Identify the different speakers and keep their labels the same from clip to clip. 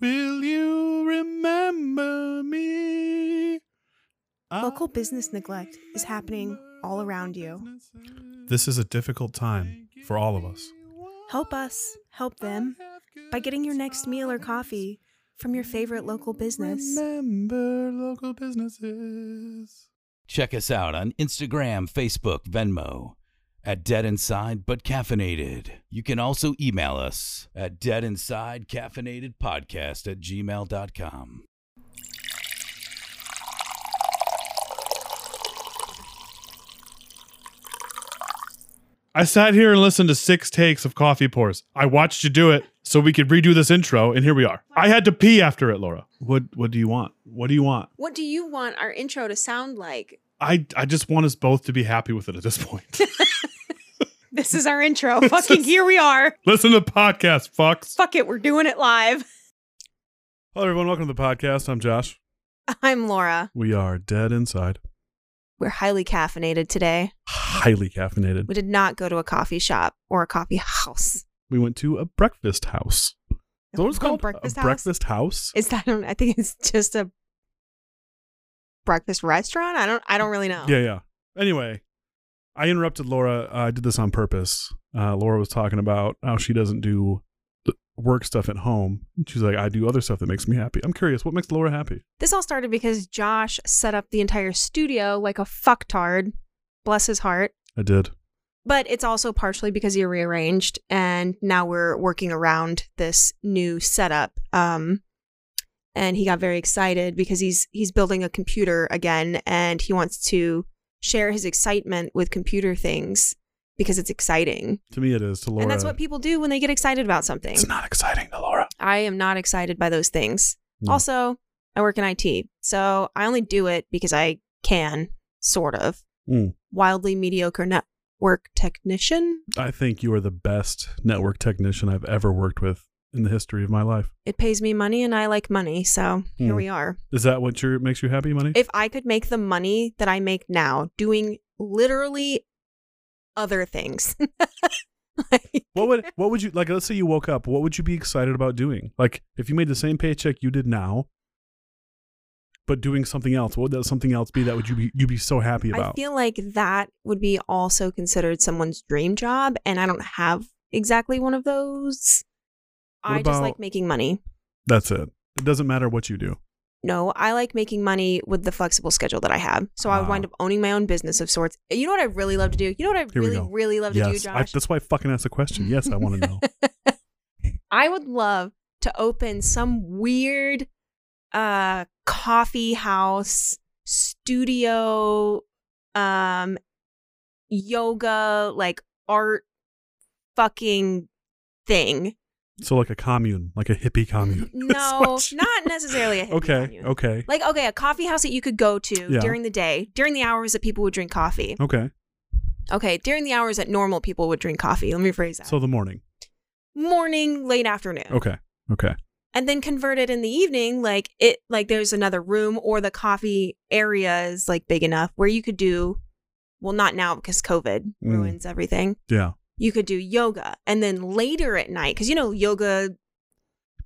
Speaker 1: Will you remember me?
Speaker 2: Local business neglect is happening all around you.
Speaker 1: This is a difficult time for all of us.
Speaker 2: Help us help them by getting your next meal or coffee from your favorite local business.
Speaker 1: Remember local businesses.
Speaker 3: Check us out on Instagram, Facebook, Venmo at Dead Inside But Caffeinated. You can also email us at deadinsidecaffeinatedpodcast at gmail.com.
Speaker 1: I sat here and listened to six takes of coffee pours. I watched you do it so we could redo this intro, and here we are. I had to pee after it, Laura. What What do you want? What do you want?
Speaker 4: What do you want our intro to sound like?
Speaker 1: I I just want us both to be happy with it at this point.
Speaker 4: This is our intro. Fucking here we are.
Speaker 1: Listen to the podcast, fucks.
Speaker 4: Fuck it, we're doing it live.
Speaker 1: Hello, everyone. Welcome to the podcast. I'm Josh.
Speaker 4: I'm Laura.
Speaker 1: We are dead inside,
Speaker 4: We're highly caffeinated today.
Speaker 1: highly caffeinated.
Speaker 4: We did not go to a coffee shop or a coffee house.
Speaker 1: We went to a breakfast house. Is that what it's
Speaker 4: Called
Speaker 1: called?
Speaker 4: breakfast
Speaker 1: a
Speaker 4: house?
Speaker 1: breakfast house?
Speaker 4: Is that? I think it's just a breakfast restaurant. I don't. I don't really know.
Speaker 1: Yeah, yeah. Anyway, I interrupted Laura. I did this on purpose. Uh, Laura was talking about how she doesn't do th- work stuff at home. She's like, I do other stuff that makes me happy. I'm curious, what makes Laura happy?
Speaker 4: This all started because Josh set up the entire studio like a fucktard. Bless his heart.
Speaker 1: I did.
Speaker 4: But it's also partially because he rearranged, and now we're working around this new setup. Um, and he got very excited because he's he's building a computer again, and he wants to share his excitement with computer things because it's exciting,
Speaker 1: To me, it is. To Laura,
Speaker 4: and that's what people do when they get excited about something.
Speaker 1: it's not exciting to Laura.
Speaker 4: I am not excited by those things.
Speaker 1: No.
Speaker 4: Also, I work in IT, so I only do it because I can, sort of.
Speaker 1: Mm.
Speaker 4: Wildly mediocre network technician.
Speaker 1: I think you are the best network technician I've ever worked with in the history of my life.
Speaker 4: it pays me money and I like money. So here
Speaker 1: Hmm.
Speaker 4: we are.
Speaker 1: Is that what your, makes you happy, money?
Speaker 4: If I could make the money that I make now doing literally other things, like,
Speaker 1: What would what would you like? Let's say you woke up. What would you be excited about doing? Like if you made the same paycheck you did now, but doing something else. What would that something else be that would you be you would be so happy
Speaker 4: I
Speaker 1: about?
Speaker 4: feel like that would be also considered someone's dream job. And I don't have exactly one of those.
Speaker 1: What
Speaker 4: I just
Speaker 1: about-
Speaker 4: like making money.
Speaker 1: That's it. It doesn't matter what you do.
Speaker 4: No, I like making money with the flexible schedule that I have. So I would
Speaker 1: Ah.
Speaker 4: wind up owning my own business of sorts. Eh, You know what I really love to do? You know what I
Speaker 1: Here we
Speaker 4: really,
Speaker 1: go.
Speaker 4: really love
Speaker 1: yes,
Speaker 4: to do, Josh?
Speaker 1: I, that's why I fucking asked the question. Yes, I want to know.
Speaker 4: I would love to open some weird uh coffee house studio um yoga like art fucking thing.
Speaker 1: so like a commune, like a hippie commune. That's
Speaker 4: No,
Speaker 1: what you-
Speaker 4: not necessarily a hippie
Speaker 1: okay,
Speaker 4: commune.
Speaker 1: okay,
Speaker 4: Like okay, a coffee house that you could go to
Speaker 1: Yeah.
Speaker 4: during the day, during the hours that people would drink coffee.
Speaker 1: okay.
Speaker 4: Okay, during the hours that normal people would drink coffee. Let me rephrase that.
Speaker 1: So the morning.
Speaker 4: morning, late afternoon.
Speaker 1: Okay, okay.
Speaker 4: and then convert it in the evening like it like there's another room or the coffee area is like big enough where you could do well not now because covid
Speaker 1: Mm.
Speaker 4: ruins everything
Speaker 1: Yeah.
Speaker 4: you could do yoga and then later at night because you know yoga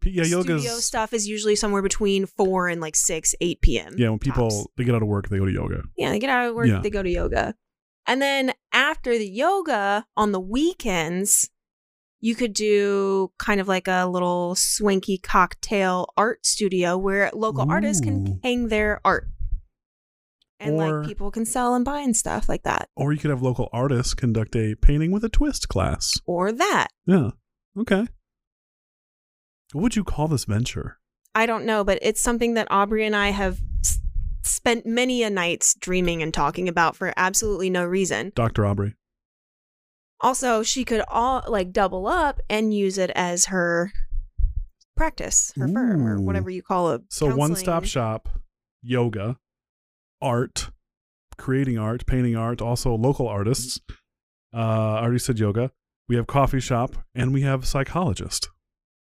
Speaker 1: P- Yeah, yoga's
Speaker 4: studio stuff is usually somewhere between 4 and like 6 8 p.m
Speaker 1: Yeah, when people
Speaker 4: tops.
Speaker 1: they get out of work, they go to yoga.
Speaker 4: yeah they get out of work
Speaker 1: Yeah.
Speaker 4: they go to yoga and then after the yoga on the weekends you could do kind of like a little swanky cocktail art studio where local artists
Speaker 1: Ooh.
Speaker 4: can hang their art and
Speaker 1: Or-
Speaker 4: like people can sell and buy and stuff like that
Speaker 1: Or you could have local artists conduct a painting with a twist class.
Speaker 4: or that
Speaker 1: Yeah. Okay. What would you call this venture?
Speaker 4: i don't know but it's something that aubrey and i have s- spent many a nights dreaming and talking about for absolutely no reason
Speaker 1: Dr. Aubrey.
Speaker 4: also she could all like double up and use it as her practice her firm or
Speaker 1: Ooh.
Speaker 4: whatever you call it
Speaker 1: So one stop shop, yoga, art, creating art, painting art, also local artists. Uh, I already said yoga. We have coffee shop and we have psychologist.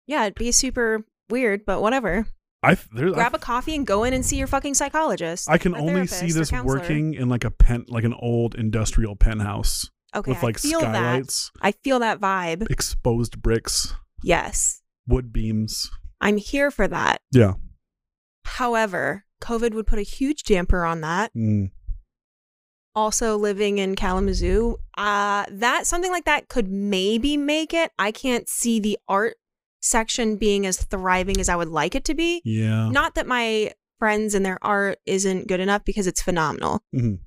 Speaker 4: yeah it'd be super weird but whatever
Speaker 1: I th- there, I,
Speaker 4: grab a coffee and go in and see your fucking psychologist
Speaker 1: I can
Speaker 4: or
Speaker 1: only see
Speaker 4: therapist or
Speaker 1: this
Speaker 4: counselor.
Speaker 1: working in like a pen, like an old industrial penthouse
Speaker 4: okay
Speaker 1: with like
Speaker 4: I feel
Speaker 1: skylights,
Speaker 4: that i feel that vibe
Speaker 1: exposed bricks,
Speaker 4: yes
Speaker 1: wood beams.
Speaker 4: I'm here for that.
Speaker 1: Yeah.
Speaker 4: However, COVID would put a huge damper on that.
Speaker 1: Mm.
Speaker 4: Also, living in Kalamazoo, uh, that something like that could maybe make it. I can't see the art section being as thriving as I would like it to be.
Speaker 1: Yeah.
Speaker 4: Not that my friends and their art isn't good enough because it's phenomenal.
Speaker 1: Mhm.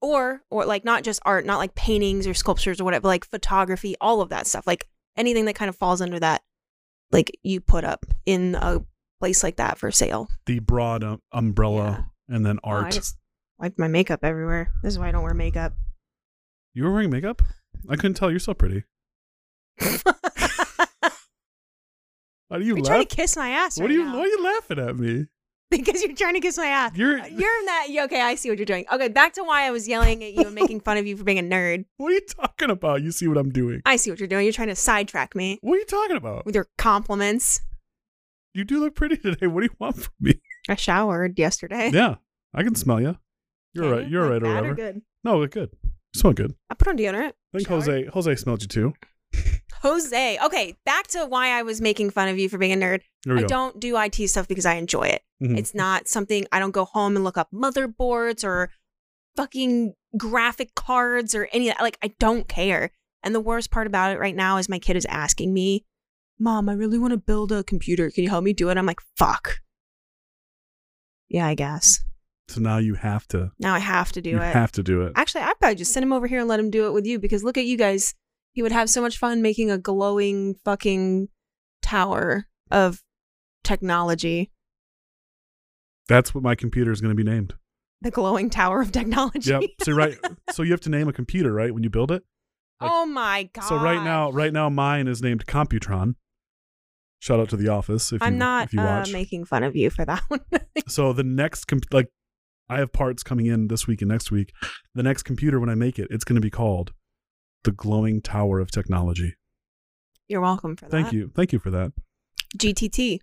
Speaker 4: Or or like not just art, not like paintings or sculptures or whatever, like photography, all of that stuff. Like anything that kind of falls under that like you put up in a place like that for sale. Oh,
Speaker 1: The broad um, umbrella and then art.
Speaker 4: I just wiped my makeup everywhere. This is why I don't wear makeup.
Speaker 1: you were wearing makeup? I couldn't tell. You're so pretty. Why do you
Speaker 4: you're
Speaker 1: laugh?
Speaker 4: trying to kiss my ass.
Speaker 1: What
Speaker 4: right
Speaker 1: are you?
Speaker 4: now.
Speaker 1: Why are you laughing at me?
Speaker 4: Because you're trying to kiss my ass. Uh,
Speaker 1: You're.
Speaker 4: You're that. yeah, Okay, I see what you're doing. Okay, back to why I was yelling at you and making fun of you for being a nerd.
Speaker 1: What are you talking about? You see what I'm doing?
Speaker 4: I see what you're doing. You're trying to sidetrack me
Speaker 1: What are you talking about?
Speaker 4: with your compliments.
Speaker 1: You do look pretty today. What do you want from me?
Speaker 4: I showered yesterday.
Speaker 1: yeah, I can smell you. You're
Speaker 4: Okay,
Speaker 1: right. You're
Speaker 4: not
Speaker 1: right or
Speaker 4: bad
Speaker 1: whatever.
Speaker 4: good.
Speaker 1: No, look good. You smell good.
Speaker 4: I put on
Speaker 1: I
Speaker 4: deodorant.
Speaker 1: think
Speaker 4: Showered.
Speaker 1: Jose Jose smelled you too.
Speaker 4: Jose. Okay, back to why I was making fun of you for being a nerd.
Speaker 1: There we
Speaker 4: I
Speaker 1: go.
Speaker 4: don't do IT stuff because I enjoy it.
Speaker 1: Mhm.
Speaker 4: It's not something I don't go home and look up motherboards or fucking graphic cards or any of that. Like, I don't care. And the worst part about it right now is my kid is asking me, Mom, I really want to build a computer. Can you help me do it? I'm like, fuck. Yeah, I guess.
Speaker 1: so now you have to.
Speaker 4: Now I have to do
Speaker 1: you
Speaker 4: it.
Speaker 1: have to do it.
Speaker 4: Actually, I'd probably just send him over here and let him do it with you because look at you guys. He would have so much fun making a glowing fucking tower of technology.
Speaker 1: That's what my computer is going to be named.
Speaker 4: The glowing tower of technology.
Speaker 1: Yep. So you're right. So you have to name a computer, right? When you build it. Like-
Speaker 4: oh my god.
Speaker 1: So right now, right now, mine is named Computron. Shout out to the office. If
Speaker 4: I'm
Speaker 1: you,
Speaker 4: not
Speaker 1: If you
Speaker 4: uh,
Speaker 1: watch.
Speaker 4: making fun of you for that one.
Speaker 1: so the next com- like i have parts coming in this week and next week the next computer when i make it it's going to be called the glowing tower of technology
Speaker 4: You're welcome for that.
Speaker 1: thank you thank you for that
Speaker 4: GTT.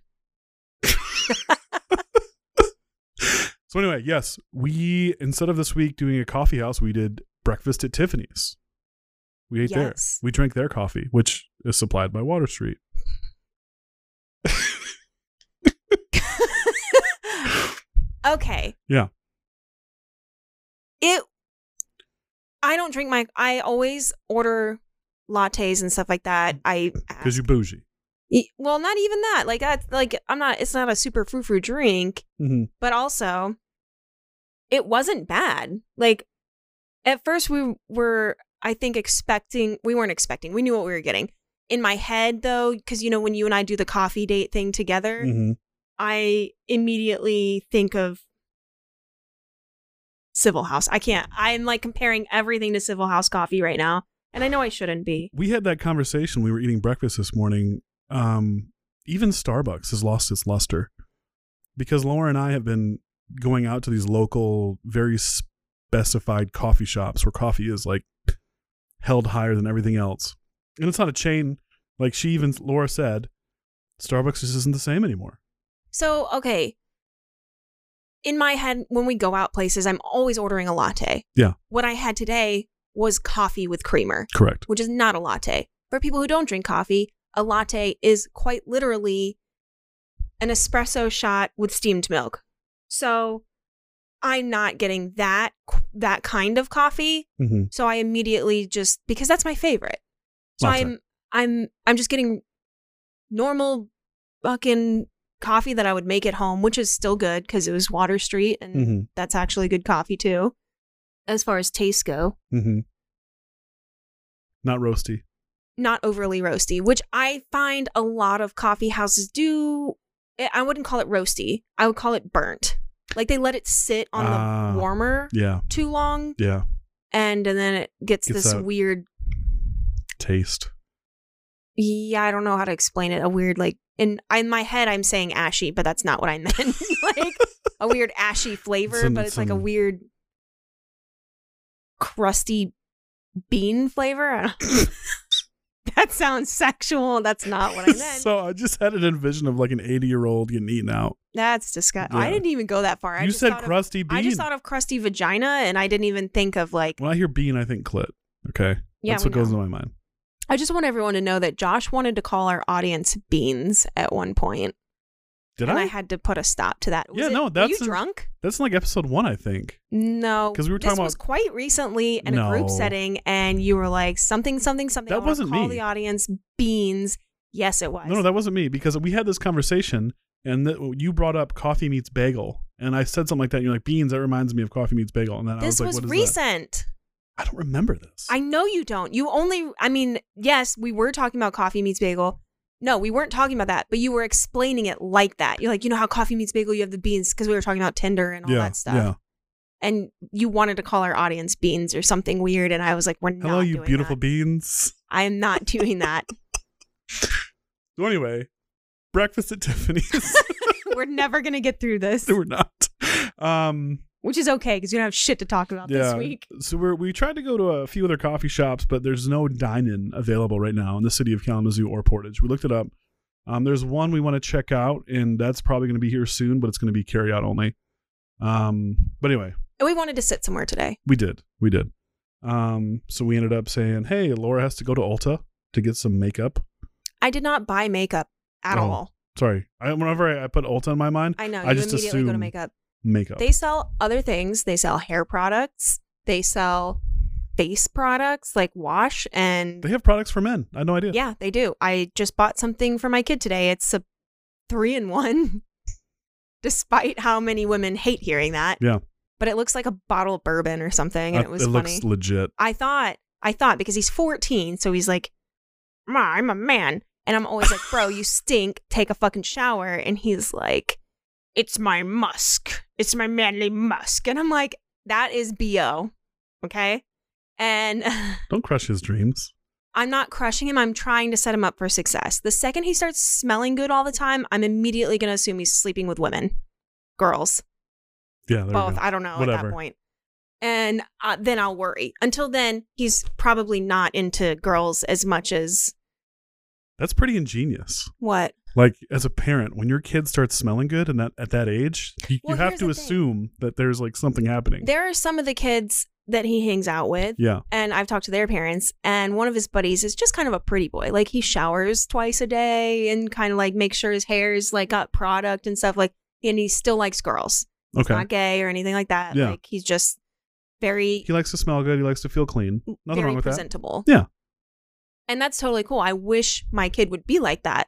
Speaker 1: so anyway yes we instead of this week doing a coffee house we did breakfast at tiffany's we ate there
Speaker 4: Yes.
Speaker 1: we drank their coffee which is supplied by water street
Speaker 4: okay.
Speaker 1: yeah
Speaker 4: It I don't drink my I always order lattes and stuff like that. I
Speaker 1: because Mm, you bougie
Speaker 4: Y- Well, not even that. Like that's like I'm not. It's not a super frou frou drink,
Speaker 1: mm-hmm.
Speaker 4: but also, it wasn't bad. Like at first we were, I think, expecting. We weren't expecting. We knew what we were getting. In my head, though, because you know when you and I do the coffee date thing together,
Speaker 1: Mm-hmm.
Speaker 4: I immediately think of Civil House. I can't. I'm like comparing everything to Civil House coffee right now, and I know I shouldn't be.
Speaker 1: we had that conversation we were eating breakfast this morning um even starbucks has lost its luster because laura and i have been going out to these local very specified coffee shops where coffee is like held higher than everything else and it's not a chain like she even laura said starbucks just isn't the same anymore
Speaker 4: So, okay. In my head, when we go out places, I'm always ordering a latte.
Speaker 1: yeah
Speaker 4: What I had today was coffee with creamer,
Speaker 1: correct
Speaker 4: which is not a latte. For people who don't drink coffee, a latte is quite literally an espresso shot with steamed milk. So, I'm not getting that that kind of coffee.
Speaker 1: mm-hmm.
Speaker 4: So I immediately just because that's my favorite. So
Speaker 1: Latte.
Speaker 4: I'm I'm I'm just getting normal fucking coffee that I would make at home, which is still good because it was Water Street and
Speaker 1: Mhm.
Speaker 4: that's actually good coffee too. As far as tastes go,
Speaker 1: mm-hmm. not roasty
Speaker 4: not overly roasty, which I find a lot of coffee houses do. I I wouldn't call it roasty. I would call it burnt. Like they let it sit on
Speaker 1: Ah,
Speaker 4: the warmer
Speaker 1: yeah
Speaker 4: too long
Speaker 1: yeah
Speaker 4: and and then it gets
Speaker 1: Gets
Speaker 4: this
Speaker 1: that-
Speaker 4: weird
Speaker 1: taste
Speaker 4: yeah, I don't know how to explain it. A weird like in in my head, I'm saying ashy, but that's not what I meant. like a weird ashy flavor,
Speaker 1: Some-
Speaker 4: but it's like a
Speaker 1: some-
Speaker 4: weird crusty bean flavor. I don't- that sounds sexual. That's not what I meant.
Speaker 1: so I just had an envision of like an 80 year old getting eaten out.
Speaker 4: that's disgusting.
Speaker 1: Yeah.
Speaker 4: I didn't even go that far. I
Speaker 1: you
Speaker 4: just
Speaker 1: said
Speaker 4: thought of-
Speaker 1: crusty bean.
Speaker 4: I just thought of crusty vagina, and I didn't even think of like
Speaker 1: when I hear bean, I think clit. Okay.
Speaker 4: Yeah,
Speaker 1: That's
Speaker 4: we
Speaker 1: what goes
Speaker 4: know.
Speaker 1: into my mind.
Speaker 4: I just want everyone to know that Josh wanted to call our audience beans at one point,
Speaker 1: Did
Speaker 4: and I?
Speaker 1: I?
Speaker 4: had to put a stop to that. Was
Speaker 1: Yeah,
Speaker 4: it-
Speaker 1: no,
Speaker 4: were
Speaker 1: that's a-
Speaker 4: you drunk?
Speaker 1: That's like episode one, I think.
Speaker 4: No,
Speaker 1: 'Cause we were
Speaker 4: this
Speaker 1: talking
Speaker 4: was
Speaker 1: about-
Speaker 4: quite recently in a
Speaker 1: No.
Speaker 4: group setting, and you were like something, something, something.
Speaker 1: That
Speaker 4: I wanna
Speaker 1: wasn't
Speaker 4: call
Speaker 1: me.
Speaker 4: the audience beans. Yes, it was.
Speaker 1: No, no, that wasn't me because we had this conversation and th- you brought up coffee meets bagel. And I said something like that. And you're like, beans, that reminds me of coffee meets bagel. And then
Speaker 4: this
Speaker 1: I was like,
Speaker 4: was,
Speaker 1: what is that?
Speaker 4: recent.
Speaker 1: I don't remember this.
Speaker 4: I know you don't. You only. I mean, yes, we were talking about coffee meets bagel. No, we weren't talking about that, but you were explaining it like that. You're like, you know how coffee meets bagel, you have the beans because we were talking about Tinder and all
Speaker 1: yeah,
Speaker 4: that stuff.
Speaker 1: Yeah.
Speaker 4: and you wanted to call our audience beans or something weird, and I was like, "We're not."
Speaker 1: Hello, you
Speaker 4: doing
Speaker 1: beautiful
Speaker 4: That.
Speaker 1: beans.
Speaker 4: I am not doing that.
Speaker 1: So anyway, breakfast at Tiffany's.
Speaker 4: We're never gonna get through this,
Speaker 1: they were not. Um,
Speaker 4: which is okay because you don't have shit to talk about this week.
Speaker 1: So we're, we tried to go to a few other coffee shops, but there's no dine-in available right now in the city of Kalamazoo or Portage. We looked it up. Um, there's one we want to check out, and that's probably going to be here soon, but it's going to be carry-out only. Um, but anyway,
Speaker 4: And we wanted to sit somewhere today.
Speaker 1: we did, we did. Um, so we ended up saying, "Hey, Laura has to go to Ulta to get some makeup."
Speaker 4: I did not buy makeup at
Speaker 1: Oh.
Speaker 4: all.
Speaker 1: Sorry, I, whenever I, I put Ulta in my mind,
Speaker 4: I know
Speaker 1: I
Speaker 4: you
Speaker 1: just
Speaker 4: immediately go to
Speaker 1: assume
Speaker 4: makeup.
Speaker 1: makeup.
Speaker 4: They sell other things. They sell hair products. They sell face products like wash and
Speaker 1: They have products for men. I had no idea.
Speaker 4: yeah, they do. I just bought something for my kid today. It's a three in one. Despite how many women hate hearing that.
Speaker 1: Yeah.
Speaker 4: but it looks like a bottle of bourbon or something and
Speaker 1: Uh,
Speaker 4: it was
Speaker 1: it
Speaker 4: funny
Speaker 1: looks legit.
Speaker 4: i thought i thought because he's 14 so he's like Ma, i'm a man and i'm always like bro you stink take a fucking shower and he's like it's my musk it's my manly musk and i'm like that is bo okay and
Speaker 1: Don't crush his dreams.
Speaker 4: i'm not crushing him i'm trying to set him up for success the second he starts smelling good all the time i'm immediately going to assume he's sleeping with women girls
Speaker 1: Yeah, there
Speaker 4: both.
Speaker 1: you go.
Speaker 4: I don't know at
Speaker 1: Whatever.
Speaker 4: that point. And uh, then I'll worry. Until then, he's probably not into girls as much as
Speaker 1: That's pretty ingenious.
Speaker 4: what?
Speaker 1: like as a parent when your kid starts smelling good and that at that age you, you
Speaker 4: Well,
Speaker 1: have
Speaker 4: here's
Speaker 1: to
Speaker 4: the thing.
Speaker 1: assume that there's like something happening
Speaker 4: There are some of the kids that he hangs out with,
Speaker 1: yeah
Speaker 4: and I've talked to their parents. And one of his buddies is just kind of a pretty boy. Like he showers twice a day and kind of like makes sure his hair's like got product and stuff. Like, and he still likes girls. He's
Speaker 1: okay
Speaker 4: not gay or anything like that.
Speaker 1: Yeah.
Speaker 4: Like he's just very
Speaker 1: he likes to smell good he likes to feel clean nothing
Speaker 4: very
Speaker 1: wrong with that
Speaker 4: presentable.
Speaker 1: Yeah.
Speaker 4: And that's totally cool. I wish my kid would be like that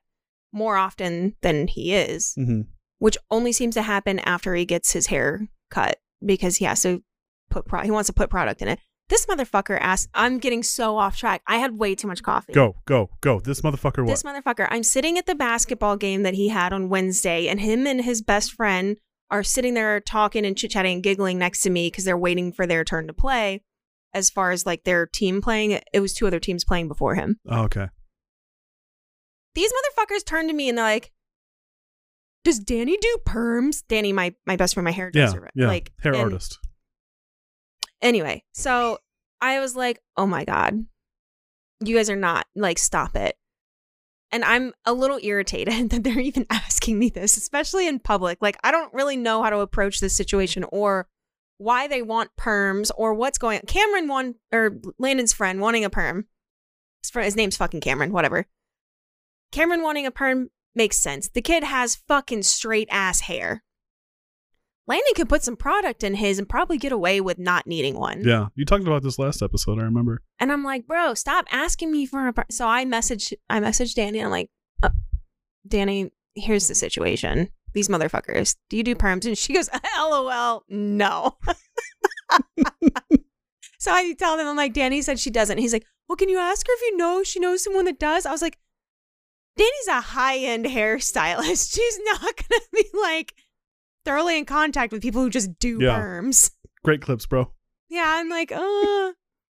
Speaker 4: more often than he is,
Speaker 1: hmm
Speaker 4: which only seems to happen after he gets his hair cut because he has to put pro- he wants to put product in it. This motherfucker asked, I'm getting so off track. I had way too much coffee.
Speaker 1: go go go this motherfucker
Speaker 4: This
Speaker 1: what
Speaker 4: motherfucker, I'm sitting at the basketball game that he had on Wednesday, and him and his best friend are sitting there talking and chit chatting and giggling next to me because they're waiting for their turn to play. As far as like their team playing, it was two other teams playing before him.
Speaker 1: oh, okay
Speaker 4: These motherfuckers turn to me and they're like, Does Danny do perms? Danny, my, my best friend, my
Speaker 1: yeah
Speaker 4: hairdresser. right?
Speaker 1: yeah
Speaker 4: Like,
Speaker 1: hair
Speaker 4: and-
Speaker 1: artist
Speaker 4: Anyway, so I was like, oh my God, you guys are not like, stop it. And I'm a little irritated that they're even asking me this, especially in public. Like, I don't really know how to approach this situation or why they want perms or what's going on. Cameron, one or Landon's friend, wanting a perm. His, fr- his name's fucking Cameron, whatever. Cameron wanting a perm makes sense. The kid has fucking straight ass hair. Landon could put some product in his and probably get away with not needing one.
Speaker 1: yeah you talked about this last episode i remember
Speaker 4: And I'm like, bro, stop asking me for a. Par-. So I message, I message Danny. I'm like, uh, Danny, here's the situation. These motherfuckers. Do you do perms? And she goes, LOL, no. so I tell them, I'm like, Danny said she doesn't. He's like, well, can you ask her if you know she knows someone that does? I was like, Danny's a high end hairstylist. She's not gonna be like thoroughly in contact with people who just do
Speaker 1: Yeah.
Speaker 4: perms.
Speaker 1: great clips bro
Speaker 4: Yeah, I'm like, uh.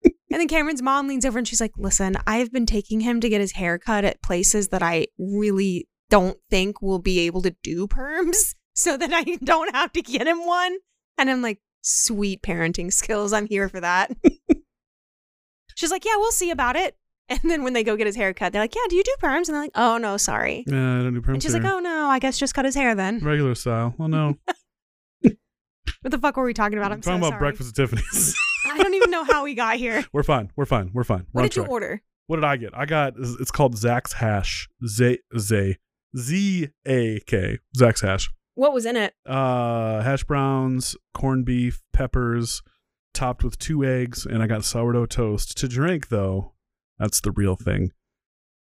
Speaker 4: and then Cameron's mom leans over and she's like, listen, I've been taking him to get his hair cut at places that I really don't think will be able to do perms so that I don't have to get him one. And I'm like, sweet parenting skills. I'm here for that. she's like, yeah, we'll see about it. And then when they go get his hair cut, they're like, yeah, do you do perms? And they're like, oh, no, sorry.
Speaker 1: yeah i don't do perms
Speaker 4: And she's like,
Speaker 1: here.
Speaker 4: oh, no, I guess just cut his hair then.
Speaker 1: regular style well no
Speaker 4: What the fuck were we talking about? I'm
Speaker 1: talking
Speaker 4: so
Speaker 1: about
Speaker 4: sorry.
Speaker 1: breakfast at tiffany's
Speaker 4: I don't even know how we got here.
Speaker 1: we're fine we're fine we're fine we're
Speaker 4: what
Speaker 1: on
Speaker 4: did you
Speaker 1: track.
Speaker 4: order?
Speaker 1: What did I get? I got it's called Zach's hash. Z Z Z A K. Zach's hash.
Speaker 4: What was in it?
Speaker 1: Uh, hash browns, corned beef, peppers, topped with two eggs, and I got sourdough toast. To drink though, that's the real thing.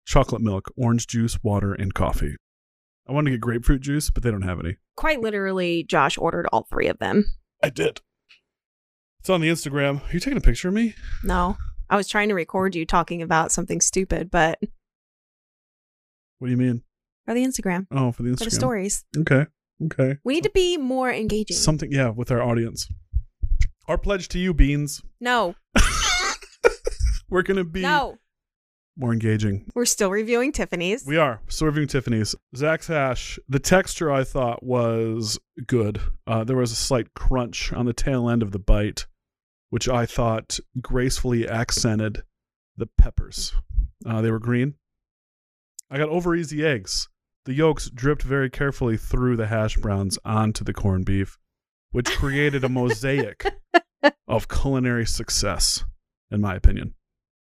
Speaker 1: Chocolate milk, orange juice, water, and coffee. I wanted to get grapefruit juice, but they don't have any.
Speaker 4: Quite literally, Josh ordered all three of them.
Speaker 1: I did. It's on the Instagram. Are you taking a picture of me?
Speaker 4: No, I was trying to record you talking about something stupid, but
Speaker 1: What do you mean?
Speaker 4: or the Instagram,
Speaker 1: Oh, for the Instagram.
Speaker 4: for the stories,
Speaker 1: Okay. Okay.
Speaker 4: we need to be more engaging.
Speaker 1: Something, yeah, with our audience. Our pledge to you, Beans.
Speaker 4: no,
Speaker 1: We're going to be
Speaker 4: no,
Speaker 1: more engaging.
Speaker 4: we're still reviewing Tiffany's.
Speaker 1: We are. So reviewing Tiffany's. Zach's hash. The texture I thought was good. Uh, there was a slight crunch on the tail end of the bite, which I thought gracefully accented the peppers. Uh, they were green. I got over easy eggs. The yolks dripped very carefully through the hash browns onto the corned beef, which created a mosaic of culinary success, in my opinion.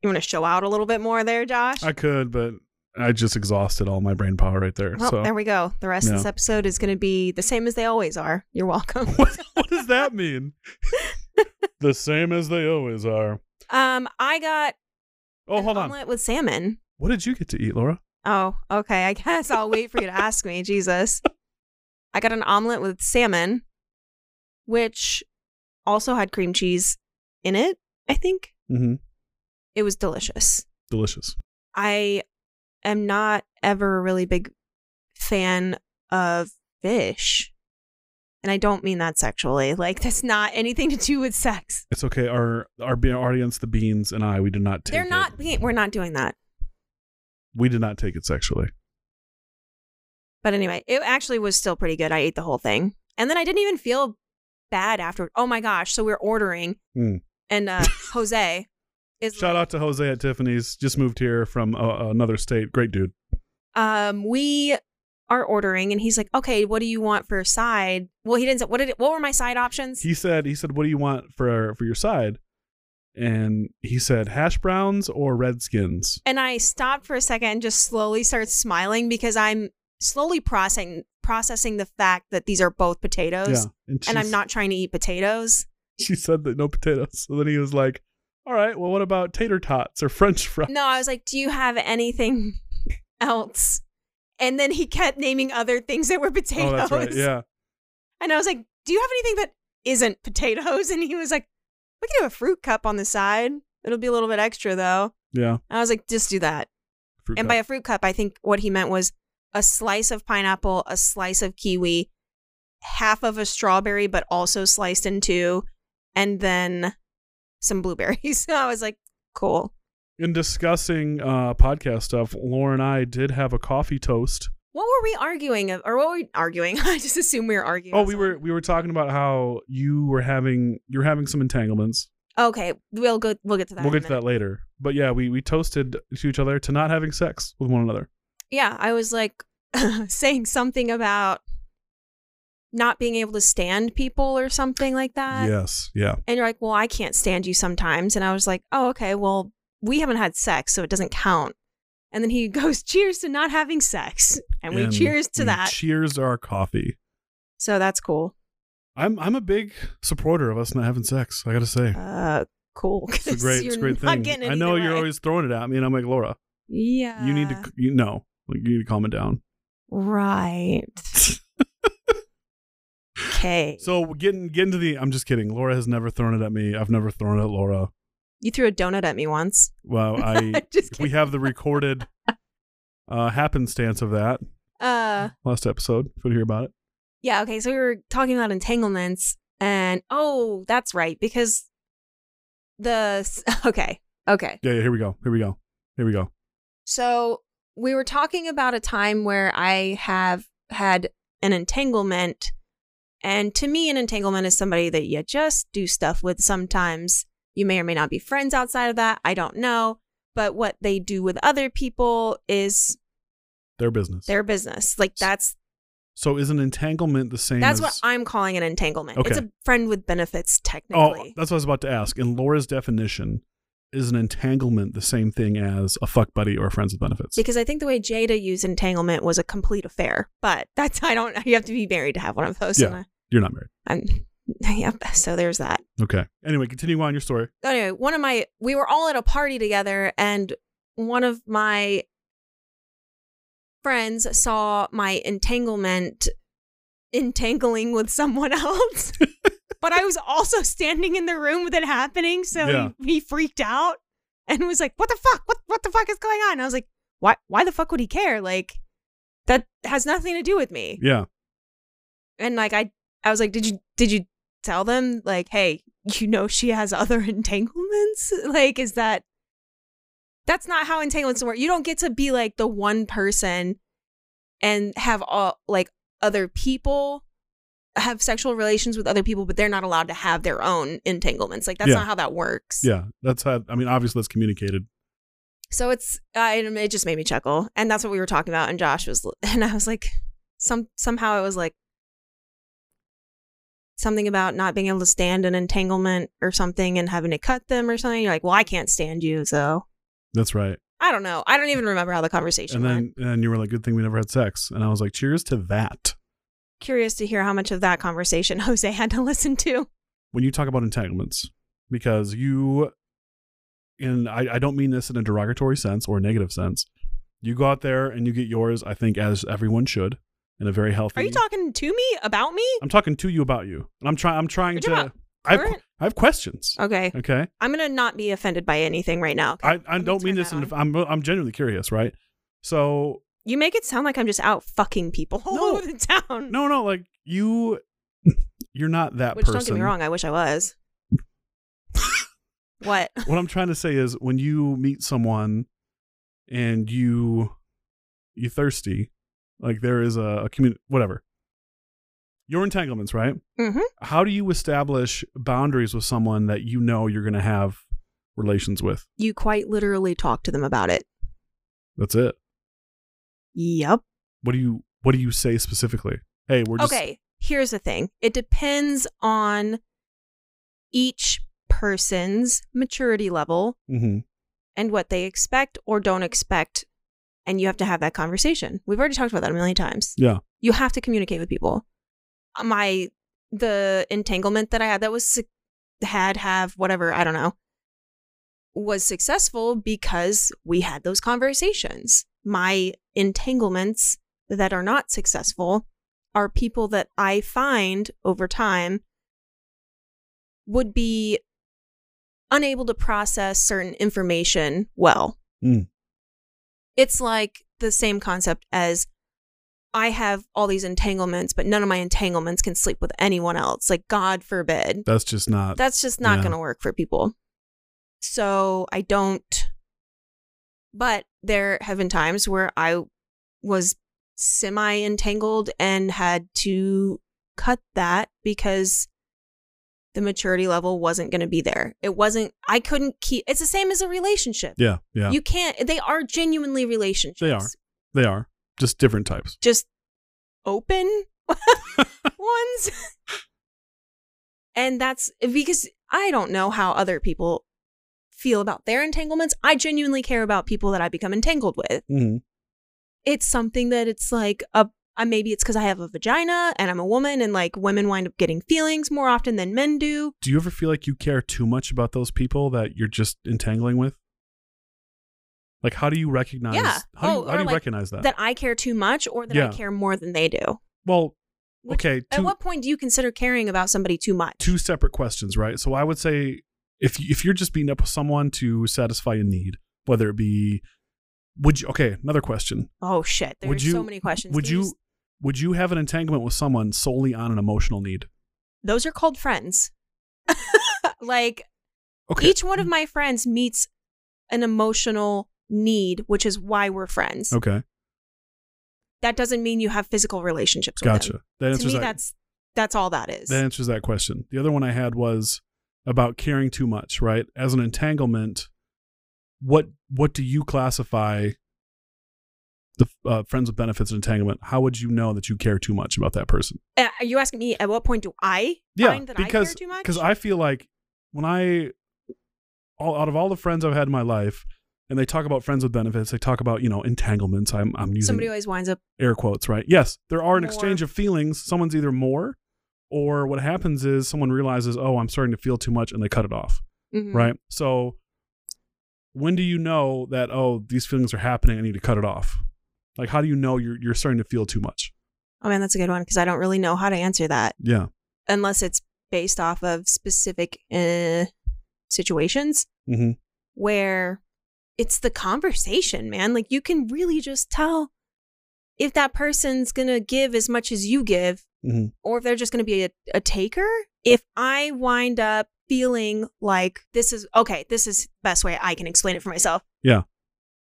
Speaker 4: you want to show out a little bit more there, Josh?
Speaker 1: I could, but I just exhausted all my brain power right there.
Speaker 4: well,
Speaker 1: so
Speaker 4: there we go. The rest of this
Speaker 1: No.
Speaker 4: episode is going to be the same as they always are. You're welcome.
Speaker 1: what, what does that mean? the same as they always are.
Speaker 4: Um, I got
Speaker 1: Oh,
Speaker 4: an
Speaker 1: hold on.
Speaker 4: omelet with salmon.
Speaker 1: What did you get to eat, Laura?
Speaker 4: Oh, okay. I guess I'll wait for you to ask me. Jesus. I got an omelet with salmon, which also had cream cheese in it, I think.
Speaker 1: Mm-hmm.
Speaker 4: It was delicious.
Speaker 1: Delicious.
Speaker 4: I am not ever a really big fan of fish. And I don't mean that sexually. Like, that's not anything to do with sex.
Speaker 1: It's okay. Our our be- audience, the beans and I, we did not take
Speaker 4: They're
Speaker 1: it-
Speaker 4: not, being, we're not doing that.
Speaker 1: We did not take it sexually.
Speaker 4: But anyway, it actually was still pretty good. I ate the whole thing. And then I didn't even feel bad afterward. Oh my gosh. So we're ordering
Speaker 1: Mm.
Speaker 4: and uh Jose is
Speaker 1: Shout out to Jose at Tiffany's. Just moved here from uh, another state. Great dude.
Speaker 4: um we are ordering and he's like, "Okay, what do you want for a side?" Well, he didn't say what did it, what were my side options?
Speaker 1: He said he said, "What do you want for for your side?" And he said, "Hash browns or redskins."
Speaker 4: and I stopped for a second and just slowly started smiling because I'm slowly processing processing the fact that these are both potatoes and I'm
Speaker 1: she's-
Speaker 4: not trying to eat potatoes.
Speaker 1: she said that no potatoes. So then he was like, "All right, well, what about tater tots or French fries?"
Speaker 4: No, I was like, "Do you have anything else?" And then he kept naming other things that were
Speaker 1: oh,
Speaker 4: potatoes.
Speaker 1: that's right. Yeah,
Speaker 4: And I was like, "Do you have anything that isn't potatoes?" And he was like, "We can do a fruit cup on the side. It'll be a little bit extra though."
Speaker 1: yeah.
Speaker 4: And I was like, "Just do that."
Speaker 1: Fruit
Speaker 4: and by a fruit cup, I think what he meant was a slice of pineapple, a slice of kiwi, half of a strawberry, but also sliced in two, and then some blueberries. So I was like, cool.
Speaker 1: In discussing uh, podcast stuff, Laura and I did have a coffee toast.
Speaker 4: What were we arguing of, or what were we arguing? I just assume we were arguing.
Speaker 1: oh,
Speaker 4: about
Speaker 1: we were we were talking about how you were having you were having some entanglements.
Speaker 4: something. Okay, we'll go. We'll get to that.
Speaker 1: We'll
Speaker 4: in a
Speaker 1: get to that
Speaker 4: minute.
Speaker 1: later. But yeah, we we toasted to each other to not having sex with one another.
Speaker 4: Yeah, I was like saying something about not being able to stand people or something like that.
Speaker 1: yes, yeah,
Speaker 4: And you're like, well, I can't stand you sometimes. And I was like, oh, okay, well, we haven't had sex, so it doesn't count. And then he goes, cheers to not having sex. And we cheers to
Speaker 1: we
Speaker 4: that.
Speaker 1: Cheers to our coffee.
Speaker 4: so that's cool.
Speaker 1: I'm I'm a big supporter of us not having sex. I gotta say,
Speaker 4: Uh, cool.
Speaker 1: it's a great it's a
Speaker 4: You're
Speaker 1: great
Speaker 4: not
Speaker 1: thing.
Speaker 4: getting it
Speaker 1: I know
Speaker 4: either
Speaker 1: you're
Speaker 4: way.
Speaker 1: always throwing it at me, and I'm like Laura,
Speaker 4: Yeah.
Speaker 1: you need to c- you know like you need to calm it down.
Speaker 4: Right. okay.
Speaker 1: So getting getting to the I'm just kidding. Laura has never thrown it at me. I've never thrown it at Laura.
Speaker 4: You threw a donut at me once.
Speaker 1: Well, I
Speaker 4: Just
Speaker 1: we
Speaker 4: kidding.
Speaker 1: have the recorded uh happenstance of that
Speaker 4: uh,
Speaker 1: last episode. If you want to hear about it,
Speaker 4: Yeah, okay. So we were talking about entanglements, and oh, that's right, because the. Okay, okay.
Speaker 1: yeah, yeah. Here we go. Here we go. Here we go.
Speaker 4: So we were talking about a time where I have had an entanglement. And to me, an entanglement is somebody that you just do stuff with sometimes. You may or may not be friends outside of that. I don't know. But what they do with other people is
Speaker 1: Their business.
Speaker 4: their business. Like that's
Speaker 1: so is an entanglement the same?
Speaker 4: that's
Speaker 1: as,
Speaker 4: what I'm calling an entanglement. It's
Speaker 1: Okay.
Speaker 4: a friend with benefits
Speaker 1: Oh,
Speaker 4: technically.
Speaker 1: that's what I was about to ask. In Laura's definition, is an entanglement the same thing as a fuck buddy or friends with benefits?
Speaker 4: Because I think the way Jada used entanglement was a complete affair, but that's I don't. You have to be married to have one of those.
Speaker 1: Yeah.
Speaker 4: and I-
Speaker 1: You're not married.
Speaker 4: I'm, yep. So there's that.
Speaker 1: Okay. Anyway, continue on your story.
Speaker 4: anyway, one of my we were all at a party together, and one of my friends saw my entanglement entangling with someone else. but I was also standing in the room with it happening, so
Speaker 1: Yeah.
Speaker 4: he, he freaked out and was like, "What the fuck? What what the fuck is going on?" I was like, "Why why the fuck would he care? Like that has nothing to do with me."
Speaker 1: Yeah.
Speaker 4: and like I I was like, did you did you tell them like, hey, you know she has other entanglements? Like, is that that's not how entanglements work. You don't get to be like the one person and have all like other people have sexual relations with other people, but they're not allowed to have their own entanglements. Like that's
Speaker 1: Yeah.
Speaker 4: not how that works.
Speaker 1: Yeah. That's how, I mean, obviously that's communicated.
Speaker 4: So it's I it just made me chuckle, and that's what we were talking about. And Josh was, and I was like, some somehow it was like something about not being able to stand an entanglement or something, and having to cut them or something. You're like, well, I can't stand you, so
Speaker 1: That's right.
Speaker 4: I don't know. I don't even remember how the conversation
Speaker 1: And
Speaker 4: went.
Speaker 1: then, and then you were like, good thing we never had sex. And I was like, cheers to that.
Speaker 4: Curious to hear how much of that conversation Jose had to listen to.
Speaker 1: When you talk about entanglements, because you, and I, I don't mean this in a derogatory sense or a negative sense, you go out there and you get yours, I think, as everyone should, in a very healthy
Speaker 4: Are you talking to me about me?
Speaker 1: I'm talking to you about you. And I'm trying I'm trying
Speaker 4: You're
Speaker 1: to
Speaker 4: talking about
Speaker 1: I have,
Speaker 4: current-
Speaker 1: I have questions.
Speaker 4: Okay,
Speaker 1: Okay.
Speaker 4: I'm gonna not be offended by anything right now.
Speaker 1: I, I
Speaker 4: me
Speaker 1: don't mean
Speaker 4: turn
Speaker 1: this
Speaker 4: that
Speaker 1: in
Speaker 4: on.
Speaker 1: I'm I'm genuinely curious, right? So
Speaker 4: You make it sound like I'm just out fucking people all
Speaker 1: No.
Speaker 4: over the town.
Speaker 1: no no like you you're not that
Speaker 4: Which
Speaker 1: person.
Speaker 4: don't get me wrong, I wish I was. what?
Speaker 1: What I'm trying to say is when you meet someone and you you thirsty, like there is a, a community whatever. Your entanglements, right?
Speaker 4: Mm-hmm.
Speaker 1: How do you establish boundaries with someone that you know you're gonna have relations with?
Speaker 4: You quite literally talk to them about it.
Speaker 1: That's it.
Speaker 4: Yep.
Speaker 1: What do you what do you say specifically? Hey, we're just
Speaker 4: Okay. Here's the thing. It depends on each person's maturity level
Speaker 1: hmm
Speaker 4: and what they expect or don't expect, and you have to have that conversation. We've already talked about that a million times.
Speaker 1: Yeah.
Speaker 4: you have to communicate with people Uh, my the entanglement that i had that was su- had have whatever i don't know was successful because we had those conversations my entanglements that are not successful are people that i find over time would be unable to process certain information well
Speaker 1: Mm.
Speaker 4: it's like the same concept as I have all these entanglements, but none of my entanglements can sleep with anyone else. Like, God forbid.
Speaker 1: That's just not.
Speaker 4: That's just not
Speaker 1: yeah.
Speaker 4: going to work for people. So I don't. But there have been times where I was semi entangled and had to cut that because the maturity level wasn't going to be there. It wasn't, I couldn't keep, it's the same as a relationship.
Speaker 1: yeah, yeah.
Speaker 4: You can't, they are genuinely relationships
Speaker 1: they are. They are just different types.
Speaker 4: just open ones. and that's because I don't know how other people feel about their entanglements. I genuinely care about people that I become entangled with.
Speaker 1: hmm
Speaker 4: It's something that it's like a uh, maybe it's because I have a vagina and I'm a woman, and like women wind up getting feelings more often than men do.
Speaker 1: Do you ever feel like you care too much about those people that you're just entangling with? Like, how do you recognize?
Speaker 4: Yeah.
Speaker 1: How do you,
Speaker 4: Oh,
Speaker 1: how
Speaker 4: or
Speaker 1: do you
Speaker 4: like
Speaker 1: recognize that?
Speaker 4: That I care too much, or that
Speaker 1: Yeah.
Speaker 4: I care more than they do.
Speaker 1: well,
Speaker 4: Which-
Speaker 1: okay. Two,
Speaker 4: At what point do you consider caring about somebody too much?
Speaker 1: two separate questions, right? So I would say if you- if you're just beating up with someone to satisfy a need, whether it be, would you? Okay, another question.
Speaker 4: oh shit! There
Speaker 1: would
Speaker 4: are
Speaker 1: you?
Speaker 4: so many questions.
Speaker 1: Would
Speaker 4: Can
Speaker 1: you?
Speaker 4: just-
Speaker 1: Would you have an entanglement with someone solely on an emotional need?
Speaker 4: those are called friends. like
Speaker 1: Okay.
Speaker 4: each one of my friends meets an emotional need, which is why we're friends.
Speaker 1: Okay.
Speaker 4: That doesn't mean you have physical relationships.
Speaker 1: Gotcha.
Speaker 4: With
Speaker 1: That
Speaker 4: them. To
Speaker 1: answers
Speaker 4: me,
Speaker 1: that.
Speaker 4: that's that's all that is.
Speaker 1: That answers that question. The other one I had was about caring too much, right? As an entanglement, what what do you classify the uh, friends with benefits entanglement? How would you know that you care too much about that person?
Speaker 4: Uh, are you asking me at what point do I find that I care too much?
Speaker 1: because I feel like when I all out of all the friends I've had in my life, and they talk about friends with benefits. They talk about you know entanglements. I'm I'm using
Speaker 4: Somebody always winds up.
Speaker 1: air quotes, right? Yes, there are an
Speaker 4: More.
Speaker 1: exchange of feelings. Someone's either more, or what happens is someone realizes, oh, I'm starting to feel too much, and they cut it off,
Speaker 4: Mhm.
Speaker 1: right? So, when do you know that oh, these feelings are happening? I need to cut it off. Like, how do you know you're you're starting to feel too much?
Speaker 4: Oh man, that's a good one because I don't really know how to answer that
Speaker 1: Yeah.
Speaker 4: unless it's based off of specific uh, situations
Speaker 1: Mm-hmm.
Speaker 4: where it's the conversation, man. Like you can really just tell if that person's gonna give as much as you give
Speaker 1: Mm-hmm.
Speaker 4: or if they're just going to be a, a taker. If I wind up feeling like this is okay, this is best way I can explain it for myself.
Speaker 1: Yeah.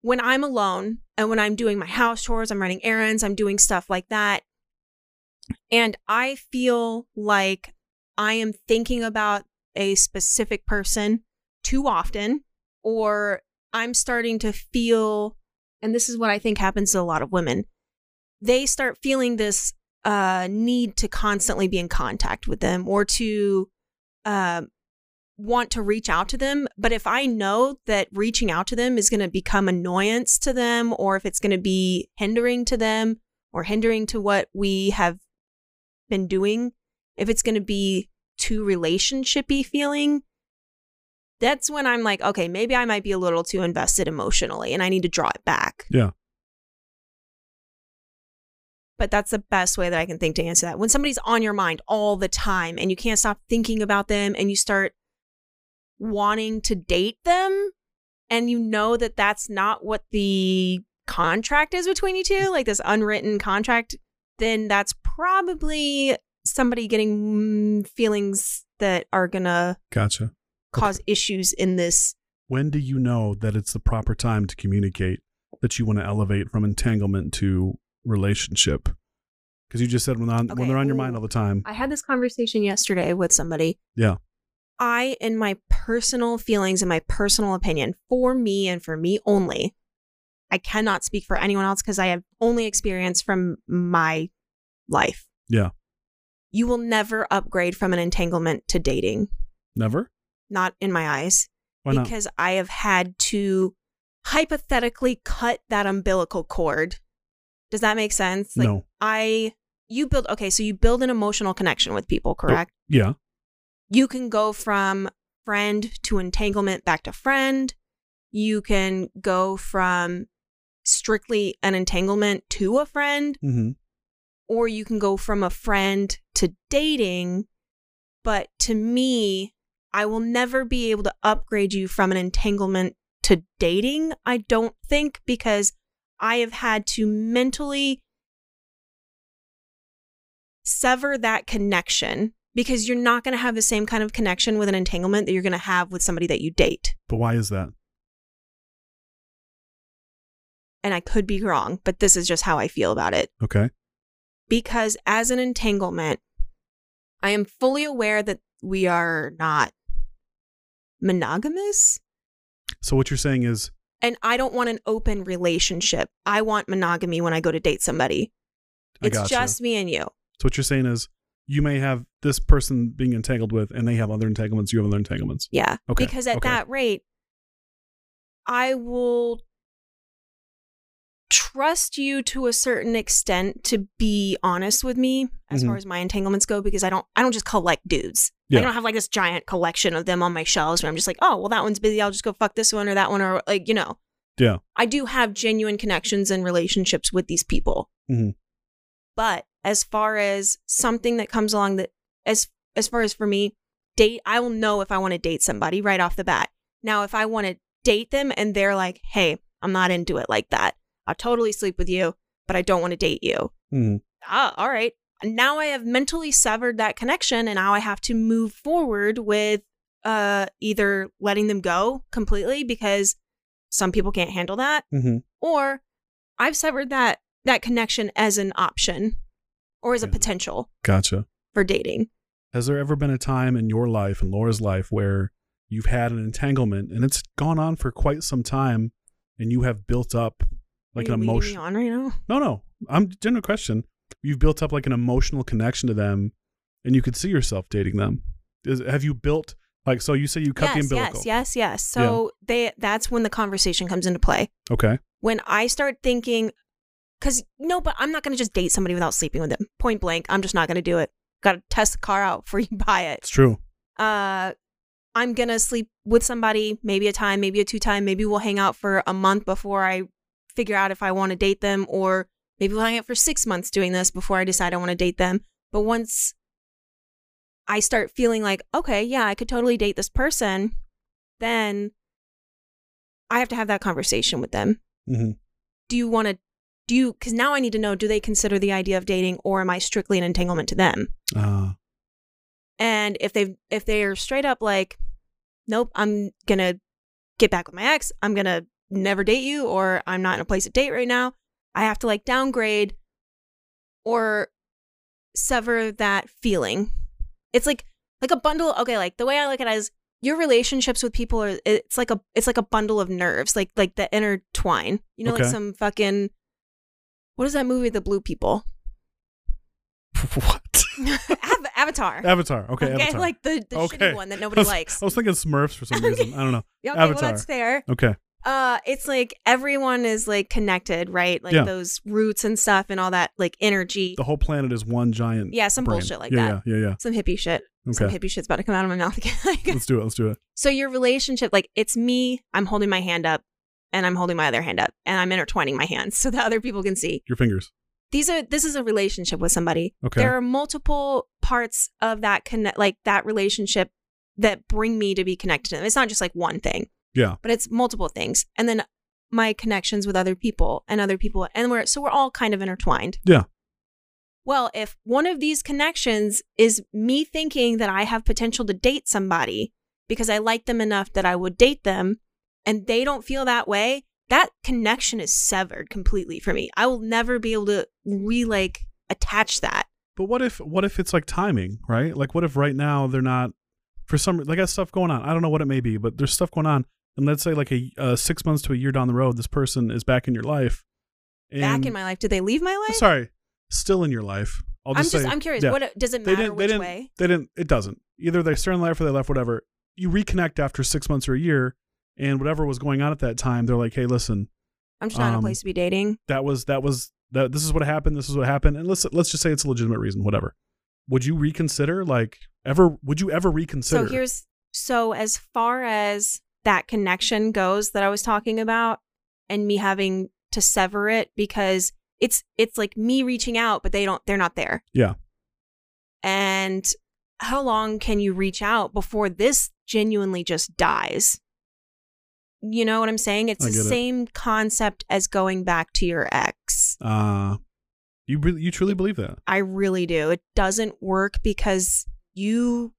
Speaker 4: When I'm alone and when I'm doing my house chores, I'm running errands, I'm doing stuff like that. And I feel like I am thinking about a specific person too often, or I'm starting to feel, and this is what I think happens to a lot of women. They start feeling this uh, need to constantly be in contact with them or to uh, want to reach out to them. But if I know that reaching out to them is going to become annoyance to them or if it's going to be hindering to them or hindering to what we have been doing, if it's going to be too relationshipy feeling, that's when I'm like, okay, maybe I might be a little too invested emotionally and I need to draw it back.
Speaker 1: Yeah.
Speaker 4: but that's the best way that I can think to answer that. When somebody's on your mind all the time and you can't stop thinking about them and you start wanting to date them and you know that that's not what the contract is between you two, like this unwritten contract, then that's probably somebody getting mm, feelings that are going to
Speaker 1: Gotcha.
Speaker 4: cause issues in this.
Speaker 1: When do you know that it's the proper time to communicate that you want to elevate from entanglement to relationship? Because you just said when on,
Speaker 4: Okay,
Speaker 1: when they're on your
Speaker 4: ooh.
Speaker 1: mind all the time.
Speaker 4: I had this conversation yesterday with somebody
Speaker 1: yeah.
Speaker 4: I, in my personal feelings and my personal opinion, for me and for me only, I cannot speak for anyone else because I have only experience from my life.
Speaker 1: Yeah.
Speaker 4: You will never upgrade from an entanglement to dating,
Speaker 1: Never.
Speaker 4: not in my eyes,
Speaker 1: Why not?
Speaker 4: because I have had to hypothetically cut that umbilical cord. Does that make sense?
Speaker 1: No.
Speaker 4: I, you build, okay, so you build an emotional connection with people, correct?
Speaker 1: Yeah.
Speaker 4: you can go from friend to entanglement back to friend. You can go from strictly an entanglement to a friend,
Speaker 1: Mm-hmm.
Speaker 4: or you can go from a friend to dating. But to me, I will never be able to upgrade you from an entanglement to dating, I don't think, because I have had to mentally sever that connection because you're not going to have the same kind of connection with an entanglement that you're going to have with somebody that you date.
Speaker 1: But why is that?
Speaker 4: And I could be wrong, but this is just how I feel about it.
Speaker 1: Okay.
Speaker 4: because as an entanglement, I am fully aware that we are not monogamous.
Speaker 1: So what you're saying is
Speaker 4: And I don't want an open relationship. I want monogamy when I go to date somebody.
Speaker 1: I
Speaker 4: It's
Speaker 1: gotcha.
Speaker 4: just me and you.
Speaker 1: so what you're saying is you may have this person being entangled with and they have other entanglements, you have other entanglements.
Speaker 4: Yeah.
Speaker 1: Okay,
Speaker 4: Because at
Speaker 1: okay.
Speaker 4: that rate, I will trust you to a certain extent to be honest with me as
Speaker 1: Mhm.
Speaker 4: far as my entanglements go because I don't I don't just collect dudes.
Speaker 1: Yeah.
Speaker 4: I don't have like this giant collection of them on my shelves where I'm just like, "Oh, well that one's busy. I'll just go fuck this one or that one or like, you know."
Speaker 1: Yeah.
Speaker 4: I do have genuine connections and relationships with these people.
Speaker 1: Mhm.
Speaker 4: But as far as something that comes along that as as far as for me, date I will know if I want to date somebody right off the bat. Now if I want to date them and they're like, "Hey, I'm not into it like that. I'll totally sleep with you, but I don't want to date you."
Speaker 1: Mhm.
Speaker 4: Ah, all right. Now I have mentally severed that connection and now I have to move forward with uh either letting them go completely because some people can't handle that
Speaker 1: Mhm.
Speaker 4: or I've severed that that connection as an option or as a
Speaker 1: Yeah.
Speaker 4: potential
Speaker 1: Gotcha.
Speaker 4: for dating.
Speaker 1: Has there ever been a time in your life, in Laura's life, where you've had an entanglement and it's gone on for quite some time and you have built up like
Speaker 4: Are you
Speaker 1: an
Speaker 4: leading me
Speaker 1: emotion?
Speaker 4: on right now.
Speaker 1: No, no. I'm general question. You've built up like an emotional connection to them and you could see yourself dating them. Is, have you built Like, so you say you cut the
Speaker 4: yes,
Speaker 1: umbilical.
Speaker 4: yes, yes, yes. So they that's when the conversation comes into play.
Speaker 1: Okay.
Speaker 4: When I start thinking, because no, but I'm not going to just date somebody without sleeping with them. Point blank, I'm just not going to do it. Got to test the car out before you buy it.
Speaker 1: It's true.
Speaker 4: uh I'm gonna sleep with somebody, maybe a time, maybe a two time, maybe we'll hang out for a month before I figure out if I want to date them, or maybe we'll hang out for six months doing this before I decide I want to date them. But once I start feeling like, okay, yeah, I could totally date this person, then I have to have that conversation with them.
Speaker 1: hmm
Speaker 4: Do you want to? Do you? Because now I need to know: do they consider the idea of dating, or am I strictly an entanglement to them?
Speaker 1: Uh,
Speaker 4: and if they if they're straight up like nope i'm gonna get back with my ex i'm gonna never date you or i'm not in a place to date right now i have to like downgrade or sever that feeling it's like like a bundle okay like the way i look at it is your relationships with people are it's like a it's like a bundle of nerves like like the intertwine you know
Speaker 1: Okay.
Speaker 4: like some fucking what is that movie the blue people
Speaker 1: what?
Speaker 4: Av- avatar
Speaker 1: Avatar. Okay.
Speaker 4: okay,
Speaker 1: Avatar.
Speaker 4: like the, the
Speaker 1: Okay.
Speaker 4: shitty one that
Speaker 1: I
Speaker 4: nobody
Speaker 1: was-
Speaker 4: likes.
Speaker 1: I was thinking Smurfs for some
Speaker 4: Okay.
Speaker 1: reason. I don't know.
Speaker 4: Yeah, okay,
Speaker 1: Avatar.
Speaker 4: well that's fair.
Speaker 1: Okay.
Speaker 4: Uh it's like everyone is like connected, right? Like
Speaker 1: Yeah.
Speaker 4: those roots and stuff and all that like energy.
Speaker 1: The whole planet is one giant.
Speaker 4: Yeah, some
Speaker 1: brain.
Speaker 4: bullshit like
Speaker 1: yeah,
Speaker 4: that.
Speaker 1: Yeah. Yeah.
Speaker 4: Some hippie shit.
Speaker 1: Yeah.
Speaker 4: Some
Speaker 1: Okay. Mm.
Speaker 4: hippie shit's about to come out of my mouth again. Like,
Speaker 1: Let's do it. Let's do it.
Speaker 4: so your relationship, like it's me, I'm holding my hand up and I'm holding my other hand up and I'm intertwining my hands so that other people can see.
Speaker 1: Your fingers.
Speaker 4: These are this is a relationship with somebody.
Speaker 1: Okay.
Speaker 4: There are multiple parts of that connect like that relationship that bring me to be connected to them. It's not just like one thing.
Speaker 1: Yeah.
Speaker 4: but it's multiple things and then my connections with other people and other people and we're so we're all kind of intertwined
Speaker 1: Yeah.
Speaker 4: well if one of these connections is me thinking that i have potential to date somebody because i like them enough that i would date them and they don't feel that way that connection is severed completely for me i will never be able to re like attach that
Speaker 1: But what if what if it's like timing, right? Like what if right now they're not for some they got stuff going on. I don't know what it may be, but there's stuff going on. And let's say like a uh, six months to a year down the road, this person is back in your life. And,
Speaker 4: back in my life did they leave my life
Speaker 1: sorry, still in your life. I'll
Speaker 4: i'm
Speaker 1: just
Speaker 4: just
Speaker 1: say,
Speaker 4: i'm curious
Speaker 1: yeah.
Speaker 4: what does it
Speaker 1: they
Speaker 4: matter
Speaker 1: didn't. They
Speaker 4: which
Speaker 1: didn't.
Speaker 4: way
Speaker 1: They didn't. It doesn't. Either they started in life or they left. Whatever. You reconnect after six months or a year, and whatever was going on at that time, they're like, "Hey, listen,
Speaker 4: i'm just not in
Speaker 1: um,
Speaker 4: a place to be dating
Speaker 1: that was that was that. This is what happened. This is what happened." And let's let's just say it's a legitimate reason. Whatever. Would you reconsider? Like, ever? Would you ever reconsider?
Speaker 4: So here's so as far as that connection goes that I was talking about and me having to sever it because it's it's like me reaching out but they don't they're not there.
Speaker 1: Yeah.
Speaker 4: And how long can you reach out before this genuinely just dies? You know what I'm saying? It's
Speaker 1: I
Speaker 4: the
Speaker 1: get it.
Speaker 4: same concept as going back to your ex.
Speaker 1: Uh, you really, you truly believe that?
Speaker 4: I really do. It doesn't work because you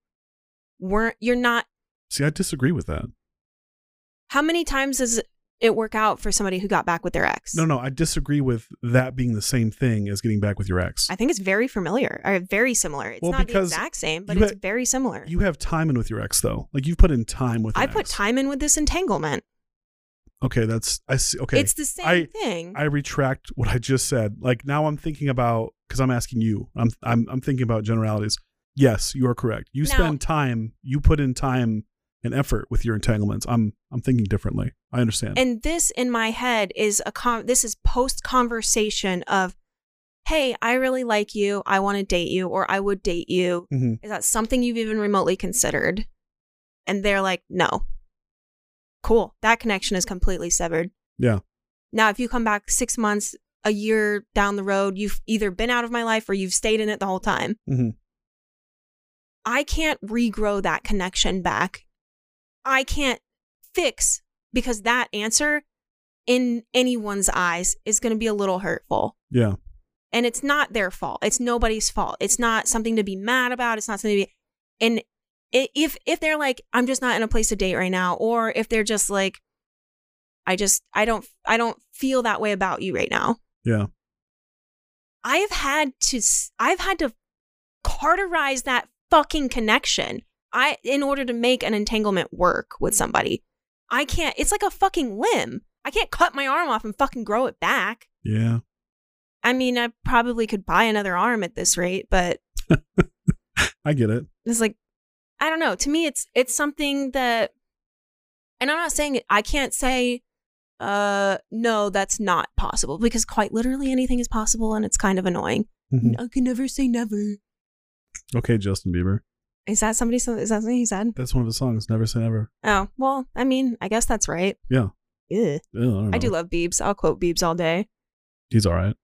Speaker 4: weren't you're not
Speaker 1: See, I disagree with that.
Speaker 4: How many times does it work out for somebody who got back with their ex?
Speaker 1: No, no, I disagree with that being the same thing as getting back with your ex.
Speaker 4: I think it's very familiar or very similar. It's
Speaker 1: Well,
Speaker 4: not the
Speaker 1: because
Speaker 4: exact same, but
Speaker 1: you
Speaker 4: it's
Speaker 1: ha-
Speaker 4: very similar.
Speaker 1: You have time in with your ex, though. Like you've put in time with. an
Speaker 4: I put
Speaker 1: ex.
Speaker 4: time in with this entanglement.
Speaker 1: Okay, that's I see. Okay,
Speaker 4: It's the same
Speaker 1: I-
Speaker 4: thing.
Speaker 1: I retract what I just said. Like now I'm thinking about because I'm asking you. I'm I'm I'm thinking about generalities. Yes, you are correct. You
Speaker 4: Now-
Speaker 1: spend time, you put in time and effort with your entanglements. I'm I'm thinking differently. I understand.
Speaker 4: and this in my head is a con- this is post conversation of hey, I really like you. I want to date you or I would date you.
Speaker 1: Mhm.
Speaker 4: Is that something you've even remotely considered? And they're like, "No." Cool. That connection is completely severed.
Speaker 1: Yeah.
Speaker 4: Now, if you come back six months, a year down the road, you've either been out of my life or you've stayed in it the whole time.
Speaker 1: hmm
Speaker 4: I can't regrow that connection back. I can't fix because that answer in anyone's eyes is going to be a little hurtful.
Speaker 1: Yeah.
Speaker 4: And it's not their fault. It's nobody's fault. It's not something to be mad about. It's not something to be. And i- if if they're like, I'm just not in a place to date right now, or if they're just like, I just I don't I don't feel that way about you right now.
Speaker 1: Yeah.
Speaker 4: I have had to s- I've had to carterize that fucking connection. I in order to make an entanglement work with somebody. I can't it's like a fucking limb. I can't cut my arm off and fucking grow it back.
Speaker 1: Yeah.
Speaker 4: I mean, I probably could buy another arm at this rate, but
Speaker 1: I get it.
Speaker 4: it's like I don't know. To me, it's it's something that, and I'm not saying it, I can't say, uh, no, that's not possible because quite literally anything is possible, and it's kind of annoying.
Speaker 1: Mhm.
Speaker 4: I can never say never.
Speaker 1: Okay, Justin Bieber.
Speaker 4: Is that somebody? Is that something he said?
Speaker 1: That's one of the songs. Never say never.
Speaker 4: Oh well, I mean, I guess that's right.
Speaker 1: Yeah.
Speaker 4: Ew.
Speaker 1: Ew, I, don't
Speaker 4: I do
Speaker 1: know.
Speaker 4: love Biebs. I'll quote Biebs all day.
Speaker 1: He's all right.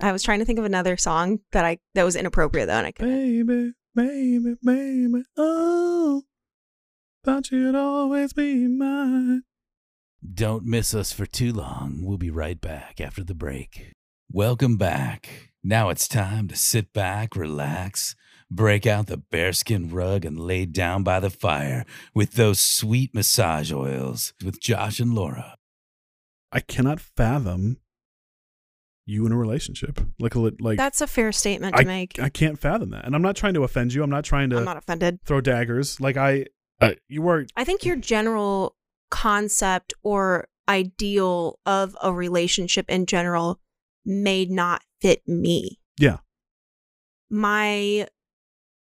Speaker 4: I was trying to think of another song that I that was inappropriate though, and I couldn't.
Speaker 1: Baby, baby, baby, oh, thought you'd always be mine.
Speaker 3: Don't miss us for too long. We'll be right back after the break. Welcome back. Now it's time to sit back, relax, break out the bearskin rug, and lay down by the fire with those sweet massage oils with Josh and Laura.
Speaker 1: I cannot fathom you in a relationship. Like, li- like
Speaker 4: That's a fair statement to
Speaker 1: I,
Speaker 4: make.
Speaker 1: I can't fathom that. And I'm not trying to offend you. I'm not trying to
Speaker 4: I'm not offended.
Speaker 1: throw daggers. Like I, I you are.
Speaker 4: I think your general concept or ideal of a relationship in general may not fit me.
Speaker 1: Yeah.
Speaker 4: My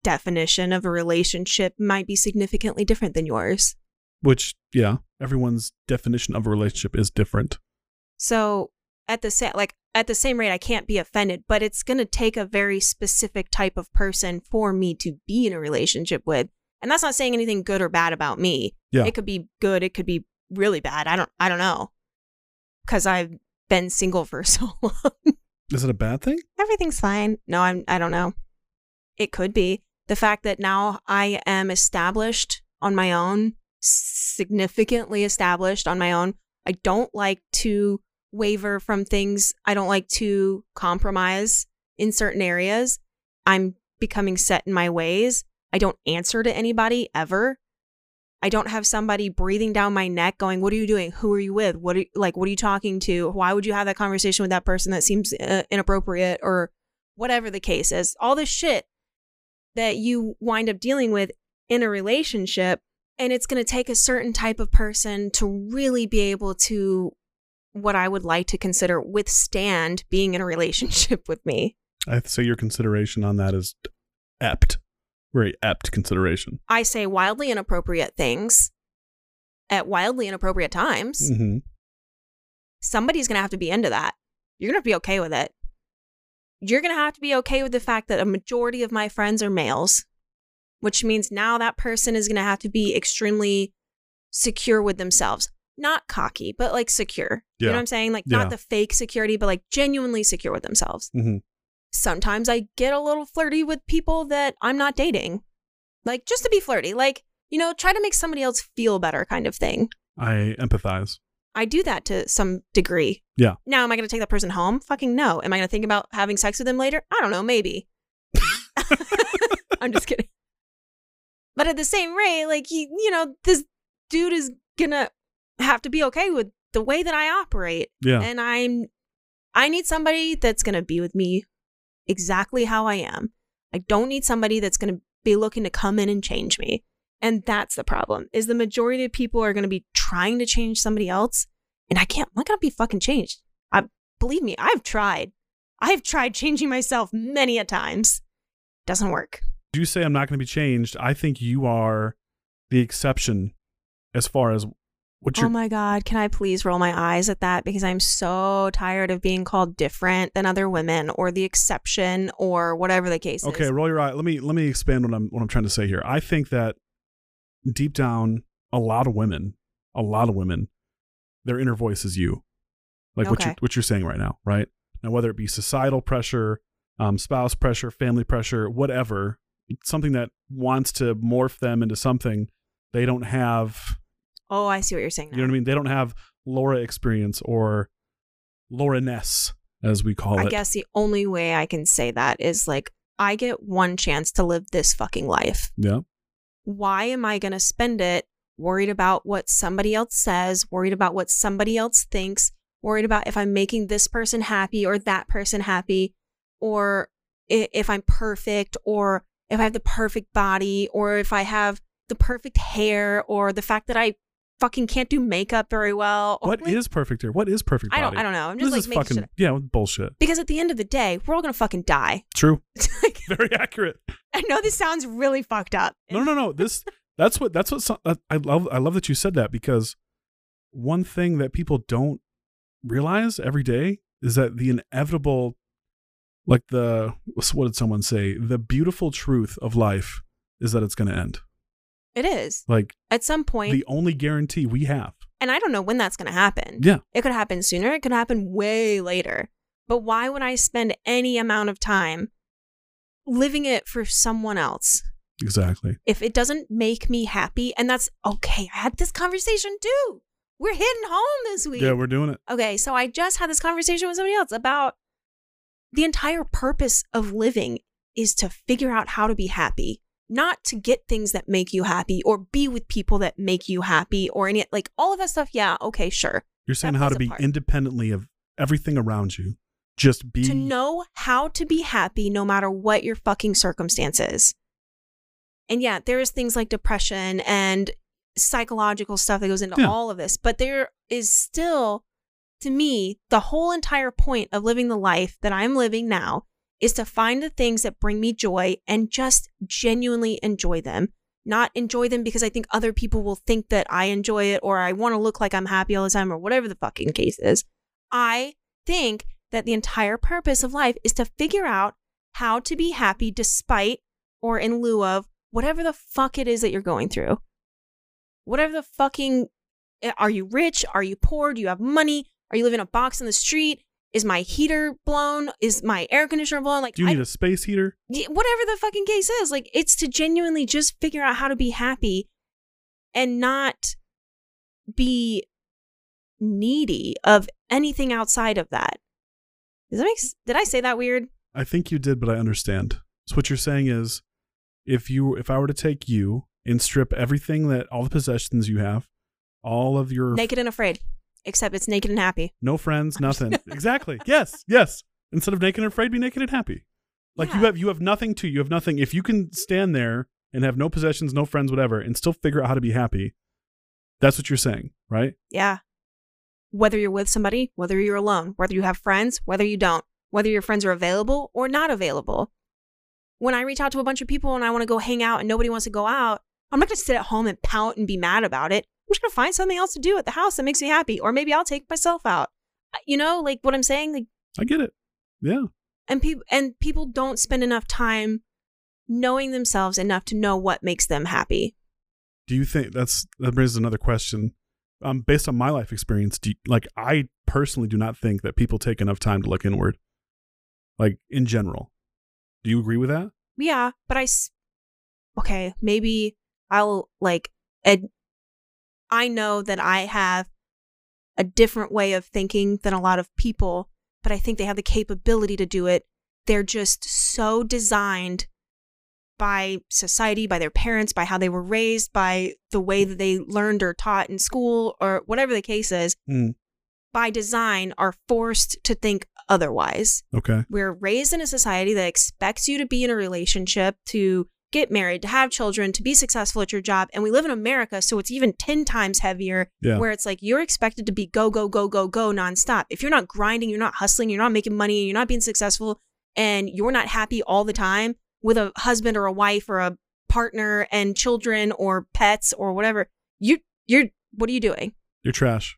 Speaker 4: definition of a relationship might be significantly different than yours.
Speaker 1: Which yeah, everyone's definition of a relationship is different.
Speaker 4: So at the same like at the same rate, I can't be offended, but it's gonna take a very specific type of person for me to be in a relationship with. And that's not saying anything good or bad about me.
Speaker 1: Yeah.
Speaker 4: It could be good, it could be really bad. I don't I don't know. Cause I've been single for so long.
Speaker 1: Is it a bad thing?
Speaker 4: Everything's fine. No, I'm I don't know. It could be. The fact that now I am established on my own, significantly established on my own. I don't like to waver from things. I don't like to compromise in certain areas. I'm becoming set in my ways. I don't answer to anybody ever. I don't have somebody breathing down my neck going, "What are you doing? Who are you with? What are you, like what are you talking to? Why would you have that conversation with that person that seems uh, inappropriate or whatever the case is?" All this shit that you wind up dealing with in a relationship and it's going to take a certain type of person to really be able to what I would like to consider withstand being in a relationship with me.
Speaker 1: I have to say your consideration on that is apt, very apt consideration.
Speaker 4: I say wildly inappropriate things at wildly inappropriate times.
Speaker 1: Mm-hmm.
Speaker 4: somebody's going to have to be into that. You're going to have to be okay with it. You're going to have to be okay with the fact that a majority of my friends are males, which means now that person is going to have to be extremely secure with themselves. Not cocky, but like secure. You know
Speaker 1: Yeah.
Speaker 4: what I'm saying? Like
Speaker 1: Yeah.
Speaker 4: not the fake security, but like genuinely secure with themselves.
Speaker 1: Mhm.
Speaker 4: Sometimes I get a little flirty with people that I'm not dating. Like just to be flirty, like, you know, try to make somebody else feel better kind of thing.
Speaker 1: I empathize.
Speaker 4: I do that to some degree.
Speaker 1: Yeah.
Speaker 4: Now, am I going to take that person home? Fucking no. Am I going to think about having sex with them later? I don't know. Maybe. I'm just kidding. But at the same rate, like you, you know, this dude is gonna have to be okay with the way that I operate,
Speaker 1: Yeah.
Speaker 4: and I'm, I need somebody that's gonna be with me exactly how I am. I don't need somebody that's gonna be looking to come in and change me. And that's the problem is the majority of people are going to be trying to change somebody else. And I can't, I'm not going to be fucking changed. I, believe me, I've tried. I've tried changing myself many a times. Doesn't work.
Speaker 1: you say I'm not going to be changed. I think you are the exception as far as what
Speaker 4: Oh
Speaker 1: you're.
Speaker 4: my God. Can I please roll my eyes at that? Because I'm so tired of being called different than other women or the exception or whatever the case
Speaker 1: okay,
Speaker 4: is.
Speaker 1: roll your eye. Let me let me expand what I'm what I'm trying to say here. I think that deep down, a lot of women, a lot of women, their inner voice is you, like what
Speaker 4: Okay.
Speaker 1: you're what you're saying right now, right? Now, whether it be societal pressure, um, spouse pressure, family pressure, whatever, something that wants to morph them into something they don't have
Speaker 4: Oh, I see what you're saying. Now.
Speaker 1: You know what I mean? They don't have Laura experience or Laura Ness, as we call
Speaker 4: I
Speaker 1: it.
Speaker 4: guess the only way I can say that is like, I get one chance to live this fucking life.
Speaker 1: Yeah.
Speaker 4: why am I going to spend it worried about what somebody else says, worried about what somebody else thinks, worried about if I'm making this person happy or that person happy, or i- if I'm perfect, or if I have the perfect body, or if I have the perfect hair, or the fact that I fucking can't do makeup very well. or,
Speaker 1: What is
Speaker 4: like,
Speaker 1: perfect hair? What is perfect
Speaker 4: I
Speaker 1: body?
Speaker 4: don't I don't know. I'm just
Speaker 1: this
Speaker 4: like making
Speaker 1: is fucking
Speaker 4: shit up.
Speaker 1: yeah bullshit.
Speaker 4: Because at the end of the day, we're all gonna fucking die.
Speaker 1: True.
Speaker 4: Like,
Speaker 1: Very accurate.
Speaker 4: I know this sounds really fucked up.
Speaker 1: No, no, no. This that's what that's what some, I I love. I love that you said that because one thing that people don't realize every day is that the inevitable, like the what did someone say? The beautiful truth of life is that it's going to end.
Speaker 4: It is.
Speaker 1: Like
Speaker 4: At some point
Speaker 1: the only guarantee we have.
Speaker 4: and I don't know when that's gonna happen.
Speaker 1: Yeah.
Speaker 4: It could happen sooner, it could happen way later. But why would I spend any amount of time living it for someone else?
Speaker 1: Exactly.
Speaker 4: if it doesn't make me happy, and that's okay. I had this conversation too. We're hitting home this week.
Speaker 1: Yeah, we're doing it.
Speaker 4: okay, so I just had this conversation with somebody else about the entire purpose of living is to figure out how to be happy, not to get things that make you happy or be with people that make you happy or any like all of that stuff. Yeah, okay, sure.
Speaker 1: You're saying
Speaker 4: That
Speaker 1: how
Speaker 4: plays
Speaker 1: to
Speaker 4: a
Speaker 1: be
Speaker 4: part.
Speaker 1: independently of everything around you. Just be
Speaker 4: To know how to be happy no matter what your fucking circumstance is. And yeah, there is things like depression and psychological stuff that goes into
Speaker 1: Yeah.
Speaker 4: all of this, but there is still, to me, the whole entire point of living the life that I'm living now is to find the things that bring me joy and just genuinely enjoy them. Not enjoy them because I think other people will think that I enjoy it or I want to look like I'm happy all the time or whatever the fucking case is. I think that the entire purpose of life is to figure out how to be happy despite or in lieu of whatever the fuck it is that you're going through. Whatever the fucking eh, are you rich? Are you poor? Do you have money? Are you living in a box on the street? Is my heater blown? Is my air conditioner blown? Like
Speaker 1: Do you
Speaker 4: I
Speaker 1: need a space heater?
Speaker 4: yeah, whatever the fucking case is like it's to genuinely just figure out how to be happy and not be needy of anything outside of that does that make s- did i say that weird
Speaker 1: I think you did, but I understand. So what you're saying is, if you if I were to take you and strip everything that all the possessions you have, all of your
Speaker 4: naked and afraid except it's naked and happy
Speaker 1: no friends, nothing. exactly. Yes. Yes. Instead of naked and afraid, be naked and happy. Like you
Speaker 4: Yeah.
Speaker 1: have you have nothing to you have nothing. If you can stand there and have no possessions, no friends, whatever, and still figure out how to be happy, that's what you're saying, right?
Speaker 4: yeah whether you're with somebody whether you're alone whether you have friends whether you don't whether your friends are available or not available when i reach out to a bunch of people and i want to go hang out and nobody wants to go out i'm not going to sit at home and pout and be mad about it i'm just going to find something else to do at the house that makes me happy or maybe i'll take myself out Uh, you know like what i'm saying like
Speaker 1: I get it. Yeah.
Speaker 4: and people and people don't spend enough time knowing themselves enough to know what makes them happy
Speaker 1: do you think that's that brings another question um based on my life experience do you, like i personally do not think that people take enough time to look inward like in general do you agree with that
Speaker 4: Yeah, but I. s- Okay, maybe I'll like. Ed- I know that I have a different way of thinking than a lot of people, but I think they have the capability to do it. They're just so designed by society, by their parents, by how they were raised, by the way that they learned or taught in school or whatever the case is,
Speaker 1: Hmm.
Speaker 4: by design are forced to think otherwise
Speaker 1: okay
Speaker 4: we're raised in a society that expects you to be in a relationship, to get married, to have children, to be successful at your job. And we live in America, so it's even 10 times heavier,
Speaker 1: Yeah.
Speaker 4: where it's like you're expected to be go, go, go, go, go nonstop. If you're not grinding, you're not hustling, you're not making money, you're not being successful, and you're not happy all the time with a husband or a wife or a partner and children or pets or whatever, you, you're, what are you doing?
Speaker 1: you're trash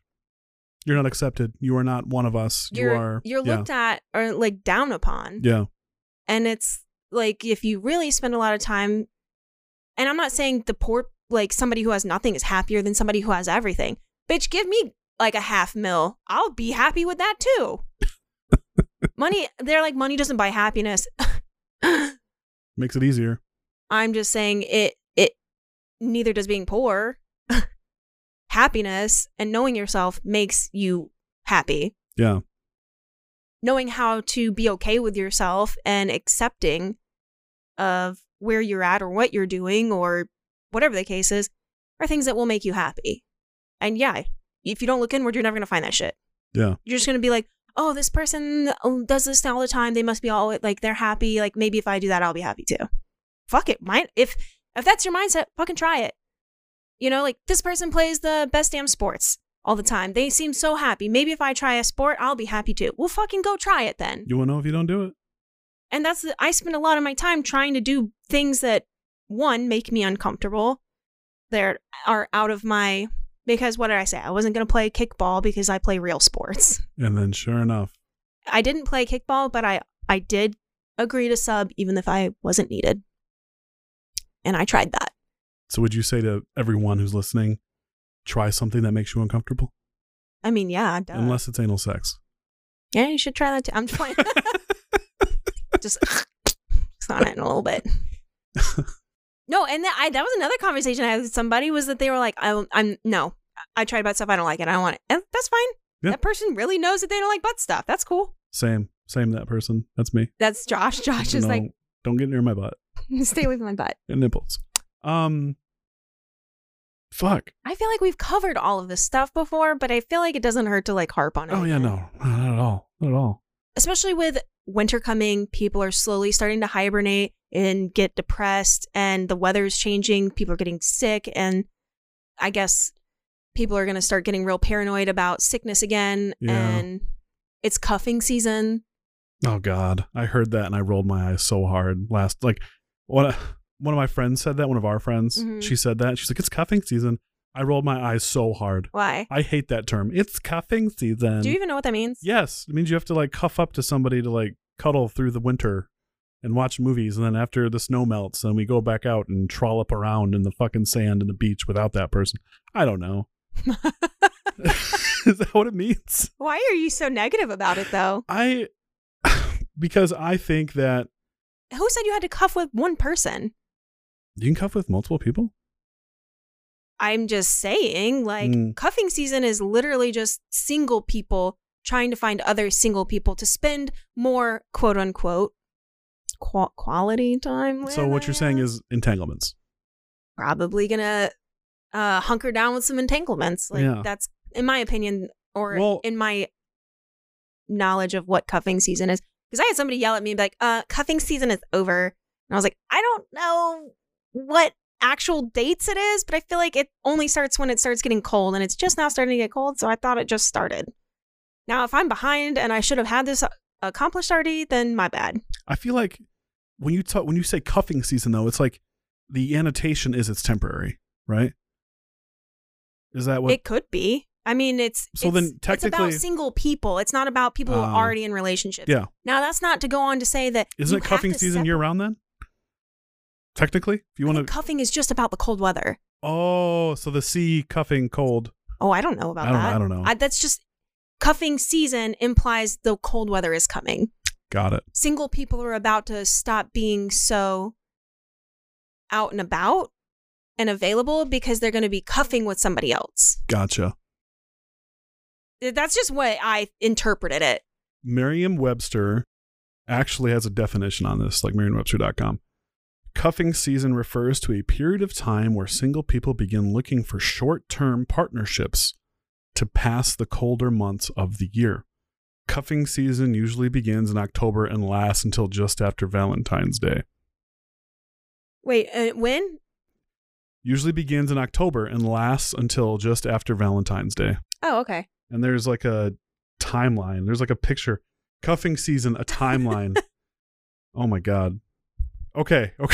Speaker 1: you're not accepted you are not one of us you
Speaker 4: You're,
Speaker 1: are
Speaker 4: you're
Speaker 1: yeah.
Speaker 4: looked at or like down upon.
Speaker 1: yeah
Speaker 4: and it's like if you really spend a lot of time and i'm not saying the poor like somebody who has nothing is happier than somebody who has everything bitch give me like a half mil i'll be happy with that too money they're like money doesn't buy happiness
Speaker 1: makes it easier
Speaker 4: i'm just saying it it neither does being poor happiness and knowing yourself makes you happy
Speaker 1: yeah
Speaker 4: knowing how to be okay with yourself and accepting of where you're at or what you're doing or whatever the case is are things that will make you happy. And yeah, if you don't look inward, you're never going to find that shit.
Speaker 1: yeah
Speaker 4: You're just going to be like, oh, this person um, does this all the time. They must be all like, they're happy. Like, maybe if I do that, I'll be happy too. Fuck it. Mine, if, if that's your mindset, fucking try it. You know, like this person plays the best damn sports all the time. They seem so happy. Maybe if I try a sport, I'll be happy too. Well, fucking go try it then.
Speaker 1: You will know if you don't do it.
Speaker 4: And that's the, I spend a lot of my time trying to do things that one make me uncomfortable. That are out of my because what did I say? I wasn't going to play kickball because I play real sports.
Speaker 1: And then, sure enough,
Speaker 4: I didn't play kickball, but I I did agree to sub even if I wasn't needed. And I tried that.
Speaker 1: so would you say to everyone who's listening, try something that makes you uncomfortable,
Speaker 4: I mean, yeah, duh.
Speaker 1: unless it's anal sex?
Speaker 4: yeah, you should try that too. I'm just playing. just it's on it in a little bit. No, and that, I, that was another conversation I had with somebody was that they were like, I, I'm no, I tried butt stuff. I don't like it. I don't want it. And that's fine.
Speaker 1: Yeah.
Speaker 4: That person really knows that they don't like butt stuff. That's cool.
Speaker 1: same, same. That person, that's me.
Speaker 4: That's Josh. Josh is
Speaker 1: No,
Speaker 4: like,
Speaker 1: don't get near my butt
Speaker 4: stay away from my butt.
Speaker 1: and nipples. Um, fuck.
Speaker 4: I feel like we've covered all of this stuff before, but I feel like it doesn't hurt to like harp on it.
Speaker 1: Oh yeah,
Speaker 4: again.
Speaker 1: no, no, not at all, not at all.
Speaker 4: Especially with winter coming, people are slowly starting to hibernate and get depressed, and the weather is changing. People are getting sick, and I guess people are going to start getting real paranoid about sickness again.
Speaker 1: Yeah.
Speaker 4: And it's cuffing season.
Speaker 1: Oh god, I heard that and I rolled my eyes so hard last. Like, one one of my friends said that. One of our friends,
Speaker 4: Mhm.
Speaker 1: she said that. She's like, it's cuffing season. I rolled my eyes so hard.
Speaker 4: Why?
Speaker 1: I hate that term. It's cuffing season.
Speaker 4: Do you even know what that means?
Speaker 1: Yes, it means you have to like cuff up to somebody to like cuddle through the winter and watch movies, and then after the snow melts, then we go back out and trollop around in the fucking sand and the beach without that person. I don't know. Is that what it means?
Speaker 4: Why are you so negative about it, though?
Speaker 1: I because I think that
Speaker 4: Who said you had to cuff with one person?
Speaker 1: you can cuff with multiple people.
Speaker 4: I'm just saying, like,
Speaker 1: Mm.
Speaker 4: cuffing season is literally just single people trying to find other single people to spend more quote unquote qua quality time with. eh?
Speaker 1: So what you're saying is entanglements.
Speaker 4: probably gonna uh, hunker down with some entanglements. Like,
Speaker 1: Yeah.
Speaker 4: that's, in my opinion, or
Speaker 1: Well-
Speaker 4: in my knowledge of what cuffing season is. Because I had somebody yell at me, and be like, uh, cuffing season is over. And I was like, I don't know what actual dates it is, but I feel like it only starts when it starts getting cold, and it's just now starting to get cold, so I thought it just started. Now, if I'm behind and I should have had this uh, accomplished already, then my bad.
Speaker 1: I feel like when you talk when you say cuffing season though, it's like the annotation is it's temporary, right? Is that what
Speaker 4: It could be. I mean, it's
Speaker 1: So
Speaker 4: it's-
Speaker 1: then
Speaker 4: it's about
Speaker 1: technically-
Speaker 4: single people. It's not about people who
Speaker 1: Oh.
Speaker 4: are already in relationships.
Speaker 1: Yeah.
Speaker 4: Now that's not to go on to say that
Speaker 1: Isn't
Speaker 4: you
Speaker 1: it
Speaker 4: have
Speaker 1: cuffing
Speaker 4: to
Speaker 1: season
Speaker 4: sep-
Speaker 1: year round then? Technically, if you
Speaker 4: I
Speaker 1: want
Speaker 4: think
Speaker 1: to.
Speaker 4: Cuffing is just about the cold weather.
Speaker 1: oh, so the sea cuffing cold.
Speaker 4: Oh, I don't know about
Speaker 1: I don't-
Speaker 4: that.
Speaker 1: I don't know.
Speaker 4: that's just cuffing season implies the cold weather is coming.
Speaker 1: Got it.
Speaker 4: Single people are about to stop being so out and about and available because they're going to be cuffing with somebody else.
Speaker 1: Gotcha.
Speaker 4: That's just what I interpreted it.
Speaker 1: Merriam Webster actually has a definition on this, like merriam-webster.com. Cuffing season refers to a period of time where single people begin looking for short-term partnerships to pass the colder months of the year. Cuffing season usually begins in October and lasts until just after Valentine's Day.
Speaker 4: Wait, uh, when?
Speaker 1: Usually begins in October and lasts until just after Valentine's Day.
Speaker 4: Oh, okay.
Speaker 1: and there's like a timeline. There's like a picture. Cuffing season, a timeline. oh my god. Okay, okay,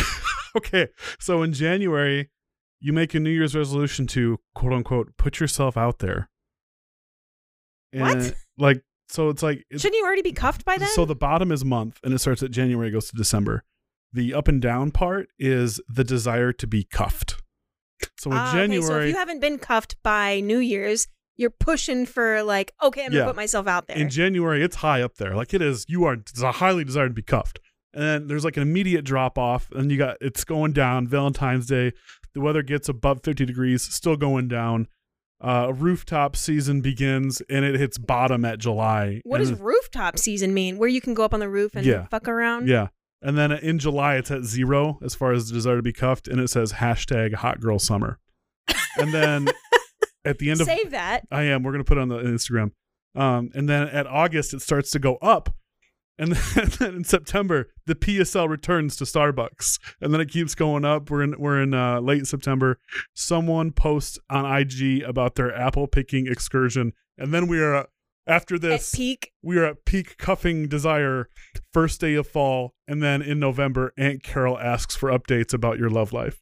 Speaker 1: okay. So in January, you make a New Year's resolution to quote unquote put yourself out there.
Speaker 4: What?
Speaker 1: Like so, it's like it's,
Speaker 4: Shouldn't you already be cuffed by then?
Speaker 1: so the bottom is month, and it starts at January, goes to December. The up and down part is the desire to be cuffed. So in
Speaker 4: Ah,
Speaker 1: January,
Speaker 4: Okay, so if you haven't been cuffed by New Year's, you're pushing for like, okay, I'm
Speaker 1: Yeah.
Speaker 4: gonna put myself out there.
Speaker 1: in January, it's high up there. Like it is, you are it's a highly desired to be cuffed. And then there's like an immediate drop off, and you got it's going down. Valentine's Day, the weather gets above 50 degrees, still going down. Uh, rooftop season begins, and it hits bottom at July.
Speaker 4: what
Speaker 1: and
Speaker 4: does rooftop season mean? Where you can go up on the roof and
Speaker 1: mm-hmm. Yeah.
Speaker 4: fuck around?
Speaker 1: Yeah. And then in July, it's at zero as far as the desire to be cuffed, and it says hashtag hot girl summer. And then at the end of
Speaker 4: Save that.
Speaker 1: I am. We're gonna put it on the Instagram. Um, and then at August it starts to go up, And then, then in September, the PSL returns to Starbucks, and then it keeps going up. We're in we're in uh, late September. Someone posts on IG about their apple picking excursion, and then we are uh, after this
Speaker 4: At peak.
Speaker 1: we are at peak cuffing desire first day of fall and then in november aunt carol asks for updates about your love life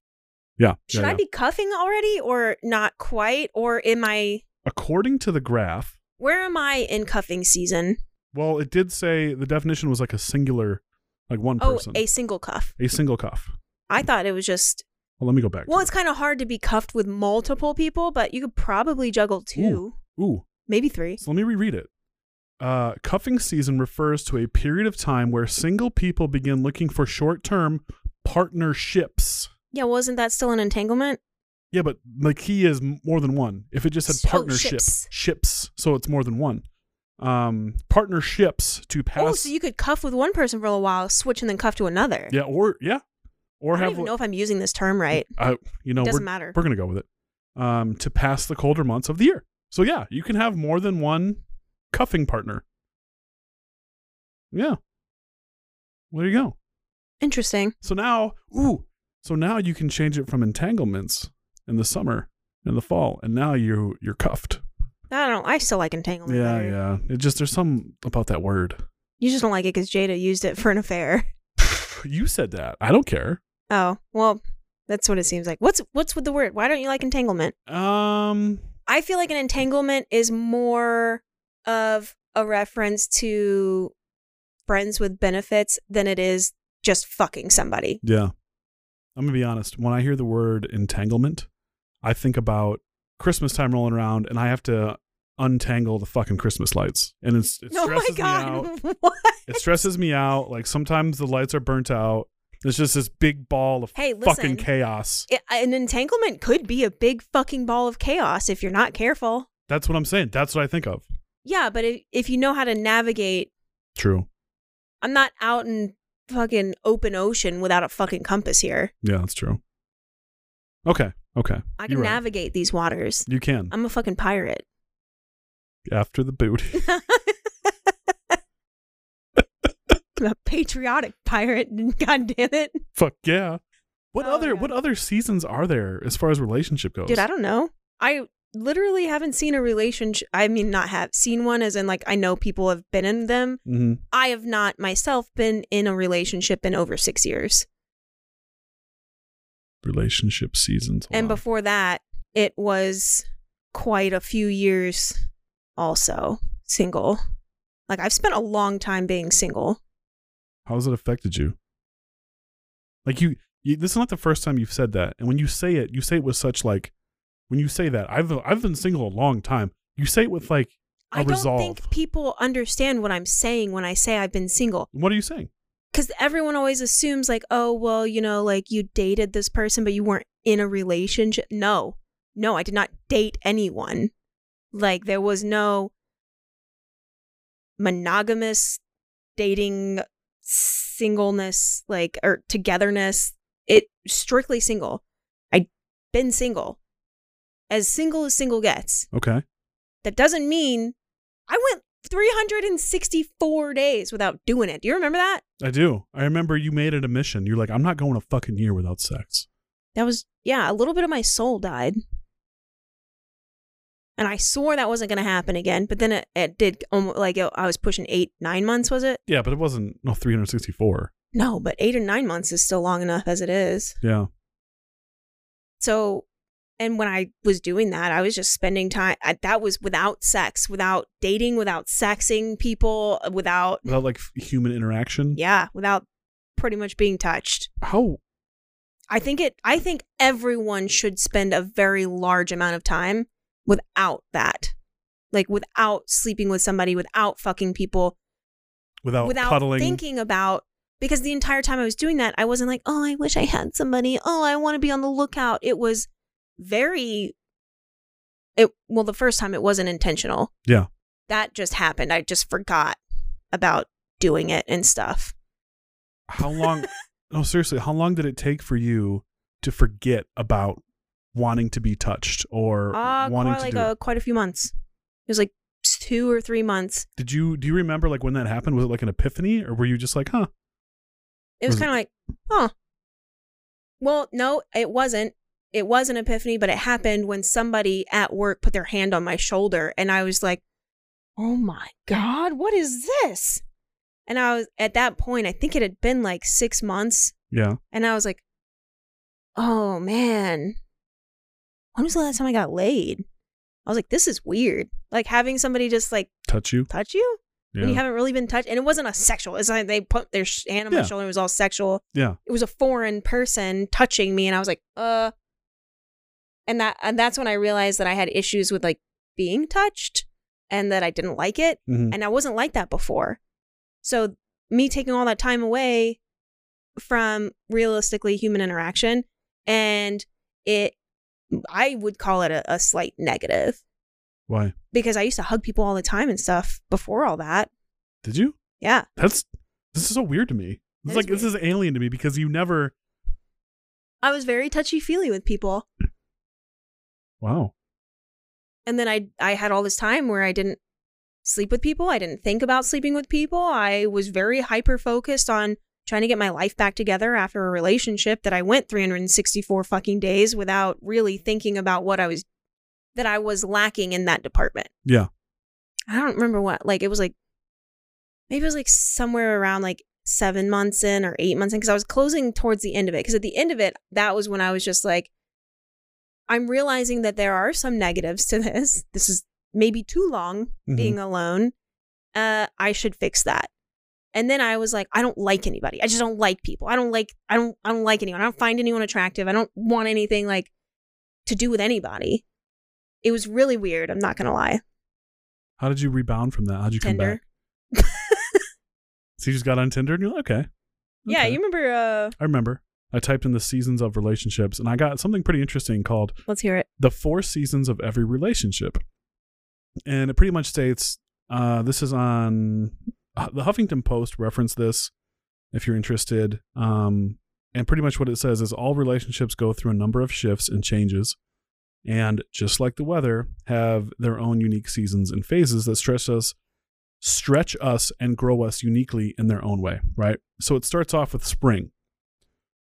Speaker 1: yeah,
Speaker 4: Should
Speaker 1: yeah,
Speaker 4: I
Speaker 1: yeah.
Speaker 4: be cuffing already or not quite? Or am I
Speaker 1: according to the graph
Speaker 4: where am I in cuffing season?
Speaker 1: well it did say the definition was like a singular like one
Speaker 4: Oh,
Speaker 1: person
Speaker 4: a single cuff.
Speaker 1: a single cuff
Speaker 4: I thought it was just
Speaker 1: well let me go back to
Speaker 4: well, it's kind of hard to be cuffed with multiple people, but you could probably juggle two,
Speaker 1: that. ooh
Speaker 4: maybe three.
Speaker 1: So let me reread it. Uh, cuffing season refers to a period of time where single people begin looking for short term partnerships.
Speaker 4: Yeah, wasn't that still an entanglement?
Speaker 1: Yeah, but the key is m- more than one. If it just
Speaker 4: Oh,
Speaker 1: said partnership,
Speaker 4: ships.
Speaker 1: ships, so it's more than one. Um, partnerships to pass.
Speaker 4: Oh, so you could cuff with one person for a little while, switch, and then cuff to another.
Speaker 1: yeah, or yeah, or
Speaker 4: I
Speaker 1: have
Speaker 4: don't even know if I'm using this term right.
Speaker 1: I, you know,
Speaker 4: Doesn't
Speaker 1: we're,
Speaker 4: matter.
Speaker 1: We're gonna go with it. Um, to pass the colder months of the year. So yeah, you can have more than one cuffing partner. Yeah. Well, there you go.
Speaker 4: Interesting.
Speaker 1: So now, ooh, so now you can change it from entanglements in the summer and the fall, and now you you're cuffed.
Speaker 4: I don't. I still like entanglement.
Speaker 1: yeah,
Speaker 4: better.
Speaker 1: yeah. It just there's some about that word.
Speaker 4: You just don't like it because Jada used it for an affair.
Speaker 1: You said that. I don't care.
Speaker 4: Oh well, that's what it seems like. What's what's with the word? Why don't you like entanglement?
Speaker 1: Um,
Speaker 4: I feel like an entanglement is more of a reference to friends with benefits than it is just fucking somebody.
Speaker 1: yeah. I'm gonna be honest. When I hear the word entanglement, I think about Christmas time rolling around, and I have to untangle the fucking Christmas lights, and it's it
Speaker 4: oh my
Speaker 1: stresses me out.
Speaker 4: god! What?
Speaker 1: It stresses me out. Like sometimes the lights are burnt out. It's just this big ball of
Speaker 4: Hey, listen.
Speaker 1: fucking chaos.
Speaker 4: It- an entanglement could be a big fucking ball of chaos if you're not careful.
Speaker 1: That's what I'm saying. That's what I think of.
Speaker 4: Yeah, but if, if you know how to navigate,
Speaker 1: True.
Speaker 4: I'm not out in fucking open ocean without a fucking compass here.
Speaker 1: Yeah, that's true. Okay. Okay.
Speaker 4: I
Speaker 1: You're
Speaker 4: can
Speaker 1: right.
Speaker 4: navigate these waters.
Speaker 1: You can.
Speaker 4: I'm a fucking pirate.
Speaker 1: After the booty.
Speaker 4: I'm a patriotic pirate. God damn it.
Speaker 1: Fuck yeah. What
Speaker 4: Oh,
Speaker 1: other
Speaker 4: yeah.
Speaker 1: what other seasons are there as far as relationship goes?
Speaker 4: Dude, I don't know. I literally haven't seen a relationship. I mean, not have seen one, as in, like, I know people have been in them.
Speaker 1: Mhm.
Speaker 4: I have not myself been in a relationship in over six years.
Speaker 1: Relationship seasons. Hold
Speaker 4: and
Speaker 1: on.
Speaker 4: before that, it was quite a few years also single. Like, I've spent a long time being single.
Speaker 1: How has it affected you? Like you, you this is not the first time you've said that. And when you say it, you say it with such like when you say that, I've I've been single a long time. You say it with like a
Speaker 4: I don't
Speaker 1: resolve.
Speaker 4: think people understand what I'm saying when I say I've been single.
Speaker 1: what are you saying?
Speaker 4: Because everyone always assumes, like, oh, well, you know, like you dated this person, but you weren't in a relationship. No, no, I did not date anyone. Like, there was no monogamous dating, singleness, like, or togetherness. It strictly single. I've been single. As single as single gets.
Speaker 1: Okay.
Speaker 4: That doesn't mean I went 364 days without doing it. Do you remember that?
Speaker 1: I do. I remember you made it a mission. You're like, I'm not going a fucking year without sex.
Speaker 4: That was, yeah, a little bit of my soul died. And I swore that wasn't going to happen again, but then it, it did almost like it, I was pushing eight, nine months, was it?
Speaker 1: Yeah, but it wasn't no 364.
Speaker 4: No, but eight or nine months is still long enough as it is.
Speaker 1: Yeah.
Speaker 4: So, and when I was doing that, I was just spending time. I, that was without sex, without dating, without sexing people, without,
Speaker 1: Without like f- human interaction.
Speaker 4: yeah, without pretty much being touched.
Speaker 1: How
Speaker 4: I think it I think everyone should spend a very large amount of time without that. Like without sleeping with somebody, without fucking people,
Speaker 1: without,
Speaker 4: without
Speaker 1: cuddling.
Speaker 4: thinking about because the entire time I was doing that, I wasn't like, "Oh, I wish I had somebody. Oh, I want to be on the lookout." It was very it well, the first time it wasn't intentional.
Speaker 1: Yeah.
Speaker 4: That just happened. I just forgot about doing it and stuff.
Speaker 1: How long No, seriously, how long did it take for you to forget about wanting to be touched or
Speaker 4: Uh,
Speaker 1: wanting
Speaker 4: quite
Speaker 1: to
Speaker 4: like
Speaker 1: do
Speaker 4: uh
Speaker 1: it?
Speaker 4: quite a few months. It was like s- two or three months.
Speaker 1: Did you do you remember like when that happened? Was it like an epiphany, or were you just like, huh?
Speaker 4: It was
Speaker 1: Was it-
Speaker 4: kind of like, huh. Well, no, it wasn't. It was an epiphany, but it happened when somebody at work put their hand on my shoulder, and I was like, "Oh my god, what is this?" And I was at that point, I think it had been like six months
Speaker 1: Yeah.
Speaker 4: And I was like, oh man, when was the last time I got laid? I was like, this is weird. Like having somebody just like
Speaker 1: Touch you?
Speaker 4: touch you
Speaker 1: Yeah.
Speaker 4: when you haven't really been touched. And it wasn't a sexual, it's like they put their sh- hand on
Speaker 1: Yeah.
Speaker 4: my shoulder. It was all sexual.
Speaker 1: yeah.
Speaker 4: It was a foreign person touching me. And I was like, uh, and that, and that's when I realized that I had issues with like being touched and that I didn't like it
Speaker 1: Mhm.
Speaker 4: and I wasn't like that before. So me taking all that time away from realistically human interaction and it I would call it a, a slight negative
Speaker 1: Why?
Speaker 4: because I used to hug people all the time and stuff before all that.
Speaker 1: Did you?
Speaker 4: Yeah.
Speaker 1: That's this is so weird to me. It's
Speaker 4: That is
Speaker 1: like this is alien to me because you never.
Speaker 4: I was very touchy feely with people.
Speaker 1: Wow.
Speaker 4: And then I I had all this time where I didn't sleep with people. I didn't think about sleeping with people. I was very hyper focused on trying to get my life back together after a relationship that I went 364 fucking days without really thinking about what I was that I was lacking in that department.
Speaker 1: Yeah.
Speaker 4: I don't remember what. Like it was like maybe it was like somewhere around like 7 months in or 8 months in cuz I was closing towards the end of it cuz at the end of it that was when I was just like I'm realizing that there are some negatives to this. This is maybe too long
Speaker 1: Mhm.
Speaker 4: being alone. Uh, I should fix that. And then I was like, I don't like anybody. I just don't like people. I don't like. I don't. I don't like anyone. I don't find anyone attractive. I don't want anything like to do with anybody. It was really weird. I'm not gonna lie.
Speaker 1: How did you rebound from that? How'd you come
Speaker 4: Tinder.
Speaker 1: back? So you just got on Tinder and you're like, okay.
Speaker 4: Yeah,
Speaker 1: Okay.
Speaker 4: you remember? Uh,
Speaker 1: I remember. I typed in the seasons of relationships and I got something pretty interesting called
Speaker 4: let's hear it.
Speaker 1: the four seasons of every relationship. And it pretty much states uh, this is on uh, the Huffington Post referenced this if you're interested. Um, and pretty much what it says is all relationships go through a number of shifts and changes. And just like the weather, have their own unique seasons and phases that stretch us, stretch us, and grow us uniquely in their own way, right? So it starts off with spring.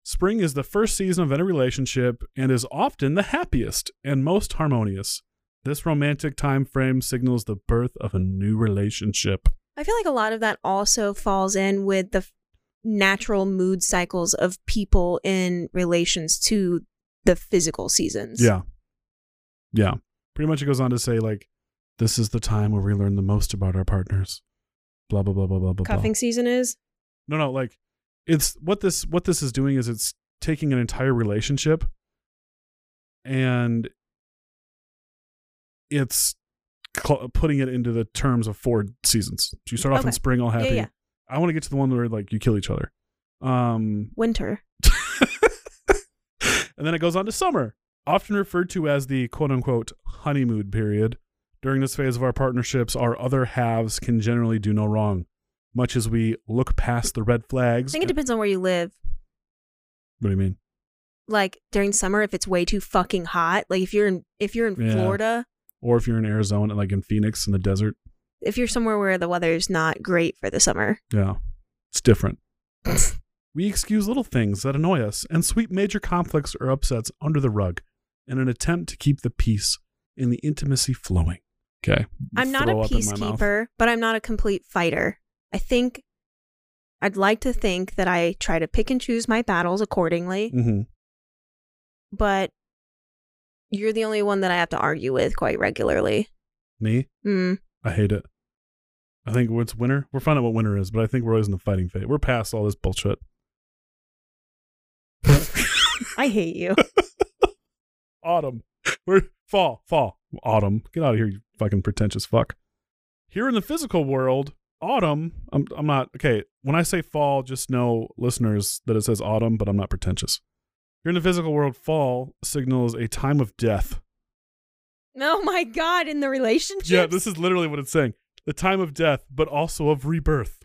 Speaker 1: Spring is the first season of any relationship and is often the happiest and most harmonious. This romantic time frame signals the birth of a new relationship.
Speaker 4: I feel like a lot of that also falls in with the f- natural mood cycles of people in relations to the physical seasons.
Speaker 1: Yeah. Yeah. Pretty much it goes on to say, like, this is the time where we learn the most about our partners. Blah, blah, blah, blah, blah, blah. blah.
Speaker 4: Cuffing season is.
Speaker 1: No, no, like it's what this what this is doing is it's taking an entire relationship and it's cl- putting it into the terms of four seasons. So you start off in
Speaker 4: Okay.
Speaker 1: spring all happy.
Speaker 4: Yeah, yeah.
Speaker 1: I want to get to the one where like you kill each other. Um
Speaker 4: Winter.
Speaker 1: and then it goes on to summer, often referred to as the quote unquote honeymoon period. During this phase of our partnerships, our other halves can generally do no wrong. Much as we look past the red
Speaker 4: I
Speaker 1: flags.
Speaker 4: think it depends on where you live.
Speaker 1: What do you mean?
Speaker 4: Like during summer, if it's way too fucking hot, like if you're in if you're in
Speaker 1: Yeah.
Speaker 4: Florida,
Speaker 1: Or if you're in Arizona, like in Phoenix in the desert,
Speaker 4: if you're somewhere where the weather's not great for the summer,
Speaker 1: yeah, it's different. we excuse little things that annoy us and sweep major conflicts or upsets under the rug in an attempt to keep the peace and the intimacy flowing. Okay.
Speaker 4: I'm not a
Speaker 1: Throw up in my mouth.
Speaker 4: peacekeeper, but I'm not a complete fighter. I think I'd like to think that I try to pick and choose my battles accordingly,
Speaker 1: Mhm.
Speaker 4: but you're the only one that I have to argue with quite regularly.
Speaker 1: Me?
Speaker 4: Mm.
Speaker 1: I hate it. I think it's winter. We're finding out what winter is, but I think we're always in the fighting phase. We're past all this bullshit.
Speaker 4: I hate you.
Speaker 1: Autumn. We're fall, fall, autumn. Get out of here, you fucking pretentious fuck. Here in the physical world, autumn. I'm, I'm not okay. When I say fall, just know, listeners, that it says autumn, but I'm not pretentious. Here in the physical world, fall signals a time of death.
Speaker 4: oh my god, in the relationship.
Speaker 1: Yeah, this is literally what it's saying. The time of death, but also of rebirth.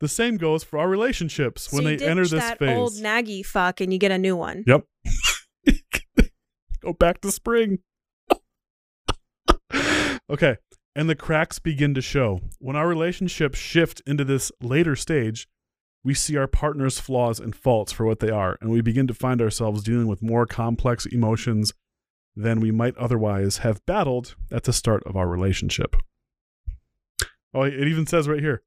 Speaker 1: The same goes for our relationships when
Speaker 4: so you
Speaker 1: they enter
Speaker 4: ditch
Speaker 1: this
Speaker 4: that
Speaker 1: phase.
Speaker 4: old naggy fuck and you get a new one.
Speaker 1: yep. Go back to spring. okay. and the cracks begin to show. When our relationships shift into this later stage, we see our partner's flaws and faults for what they are, and we begin to find ourselves dealing with more complex emotions than we might otherwise have battled at the start of our relationship. Oh, it even says right here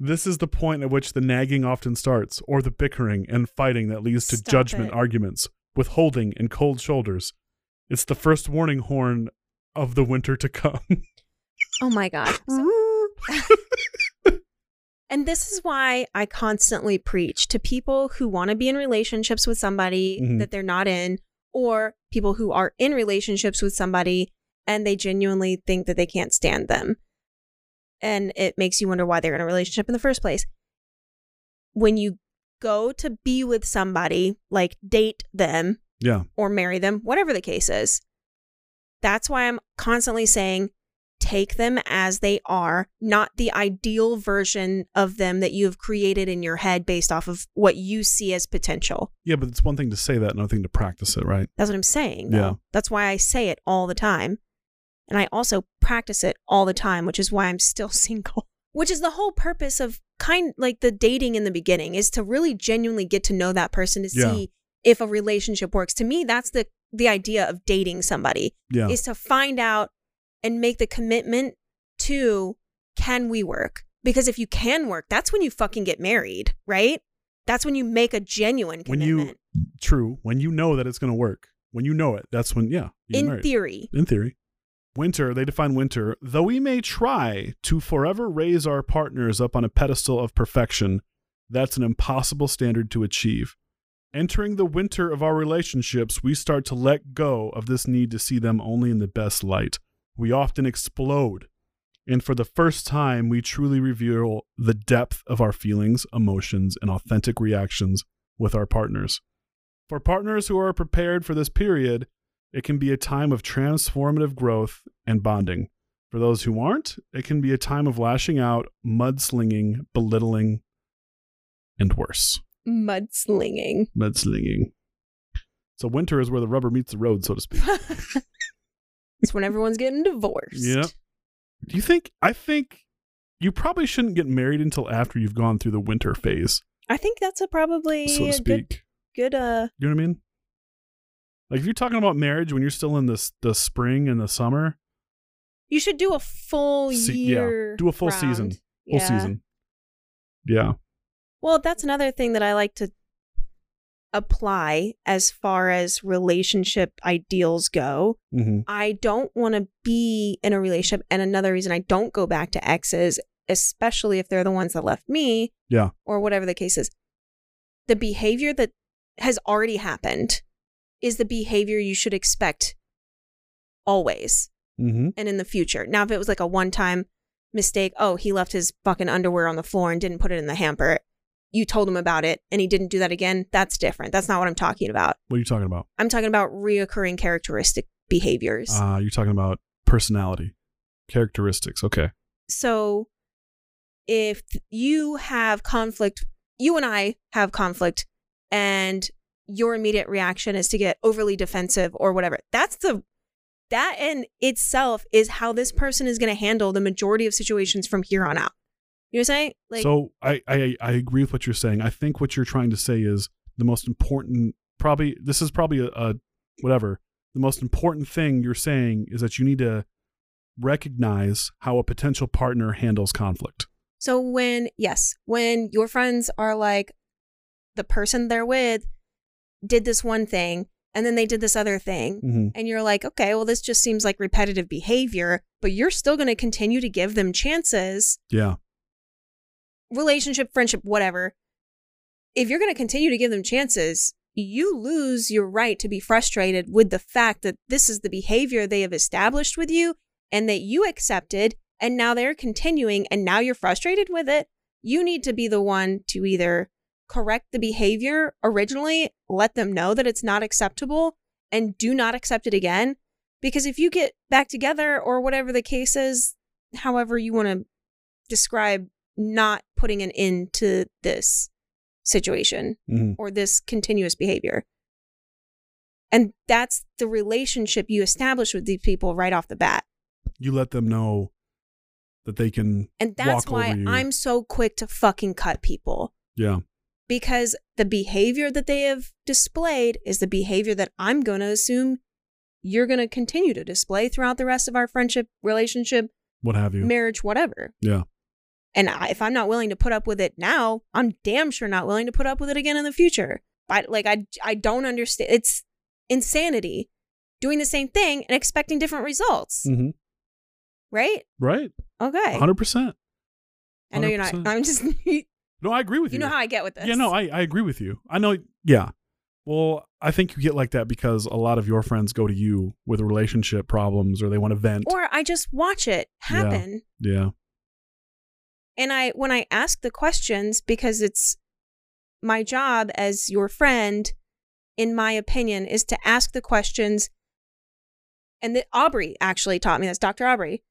Speaker 1: this is the point at which the nagging often starts, or the bickering and fighting that leads to
Speaker 2: Stop
Speaker 1: judgment
Speaker 2: it.
Speaker 1: arguments, withholding, and cold shoulders. It's the first warning horn of the winter to come.
Speaker 4: Oh my god.
Speaker 2: Mm-hmm. And this is why
Speaker 4: I constantly preach to people who want to be in relationships with somebody
Speaker 1: Mhm.
Speaker 4: that they're not in, or people who are in relationships with somebody and they genuinely think that they can't stand them. And it makes you wonder why they're in a relationship in the first place. When you go to be with somebody, like date them,
Speaker 1: yeah.
Speaker 4: or marry them, whatever the case is. That's why I'm constantly saying take them as they are, not the ideal version of them that you have created in your head based off of what you see as potential.
Speaker 1: Yeah, but it's one thing to say that, another thing to practice it, right?
Speaker 4: That's what I'm saying.
Speaker 1: Yeah.
Speaker 4: Though. That's why I say it all the time. And I also practice it all the time, which is why I'm still single. Which is the whole purpose of kind like the dating in the beginning is to really genuinely get to know that person to
Speaker 1: Yeah.
Speaker 4: see if a relationship works. To me, that's the the idea of dating somebody
Speaker 1: Yeah.
Speaker 4: is to find out and make the commitment to can we work? Because if you can work, that's when you fucking get married, right? That's when you make a genuine
Speaker 1: When
Speaker 4: commitment.
Speaker 1: you- True. When you know that it's going to work, when you know it, that's when, yeah. you get
Speaker 4: in
Speaker 1: married.
Speaker 4: theory.
Speaker 1: In theory. Winter, they define winter, though we may try to forever raise our partners up on a pedestal of perfection, that's an impossible standard to achieve. Entering the winter of our relationships, we start to let go of this need to see them only in the best light. We often explode. And for the first time, we truly reveal the depth of our feelings, emotions, and authentic reactions with our partners. For partners who are prepared for this period, it can be a time of transformative growth and bonding. For those who aren't, it can be a time of lashing out, mudslinging, belittling, and worse.
Speaker 4: mudslinging.
Speaker 1: Mudslinging. So winter is where the rubber meets the road, so to speak.
Speaker 4: it's when everyone's getting divorced.
Speaker 1: Yeah. Do you think I think you probably shouldn't get married until after you've gone through the winter phase,
Speaker 4: I think that's a probably
Speaker 1: so to
Speaker 4: a good,
Speaker 1: speak.
Speaker 4: good uh
Speaker 1: You know what I mean? Like if you're talking about marriage when you're still in the the spring and the summer,
Speaker 4: you should do a full
Speaker 1: Se- yeah.
Speaker 4: year.
Speaker 1: Do a full season.
Speaker 4: round.
Speaker 1: whole
Speaker 4: Yeah.
Speaker 1: season. Yeah.
Speaker 4: Well, that's another thing that I like to apply as far as relationship ideals go.
Speaker 1: Mm-hmm.
Speaker 4: I don't want to be in a relationship. And another reason I don't go back to exes, especially if they're the ones that left me
Speaker 1: Yeah.
Speaker 4: or whatever the case is, the behavior that has already happened is the behavior you should expect always
Speaker 1: Mm-hmm.
Speaker 4: and in the future. Now, if it was like a one time mistake, oh, he left his fucking underwear on the floor and didn't put it in the hamper, you told him about it and he didn't do that again, that's different. That's not what I'm talking about.
Speaker 1: What are you talking about?
Speaker 4: I'm talking about reoccurring characteristic behaviors.
Speaker 1: Uh, you're talking about personality, characteristics. Okay.
Speaker 4: so if you have conflict you and i have conflict and your immediate reaction is to get overly defensive or whatever that's the that in itself is how this person is going to handle the majority of situations from here on out you know what i'm saying like
Speaker 1: so I, I I agree with what you're saying. I think what you're trying to say is the most important. Probably this is probably a, a whatever. The most important thing you're saying is that you need to recognize how a potential partner handles conflict.
Speaker 4: So when yes, when your friends are like the person they're with did this one thing and then they did this other thing
Speaker 1: Mhm.
Speaker 4: and you're like, okay, well this just seems like repetitive behavior, but you're still going to continue to give them chances,
Speaker 1: Yeah.
Speaker 4: relationship, friendship, whatever. If you're going to continue to give them chances, you lose your right to be frustrated with the fact that this is the behavior they have established with you and that you accepted and now they're continuing and now you're frustrated with it you need to be the one to either correct the behavior originally let them know that it's not acceptable and do not accept it again because if you get back together or whatever the case is however you want to describe not putting an end to this situation
Speaker 1: Mm-hmm.
Speaker 4: or this continuous behavior. And that's the relationship you establish with these people right off the bat.
Speaker 1: You let them know that they can
Speaker 4: And that's
Speaker 1: walk
Speaker 4: why
Speaker 1: over you.
Speaker 4: I'm so quick to fucking cut people
Speaker 1: yeah
Speaker 4: because the behavior that they have displayed is the behavior that I'm going to assume you're going to continue to display throughout the rest of our friendship, relationship,
Speaker 1: what have you
Speaker 4: marriage, whatever.
Speaker 1: yeah
Speaker 4: And I, if I'm not willing to put up with it now, I'm damn sure not willing to put up with it again in the future. I, like I, I don't understand. It's insanity doing the same thing and expecting different results,
Speaker 1: hmm
Speaker 4: right?
Speaker 1: right
Speaker 4: Okay.
Speaker 1: 100%
Speaker 4: I know you're not.
Speaker 1: 100%.
Speaker 4: I'm just. you
Speaker 1: no i agree with you
Speaker 4: know how I get with this.
Speaker 1: yeah no I, I agree with you i know yeah well i think you get like that because a lot of your friends go to you with relationship problems or they want to vent
Speaker 4: or I just watch it
Speaker 1: Yeah.
Speaker 4: happen.
Speaker 1: yeah
Speaker 4: and i when i ask the questions because it's my job as your friend in my opinion is to ask the questions and that aubrey actually taught me this dr aubrey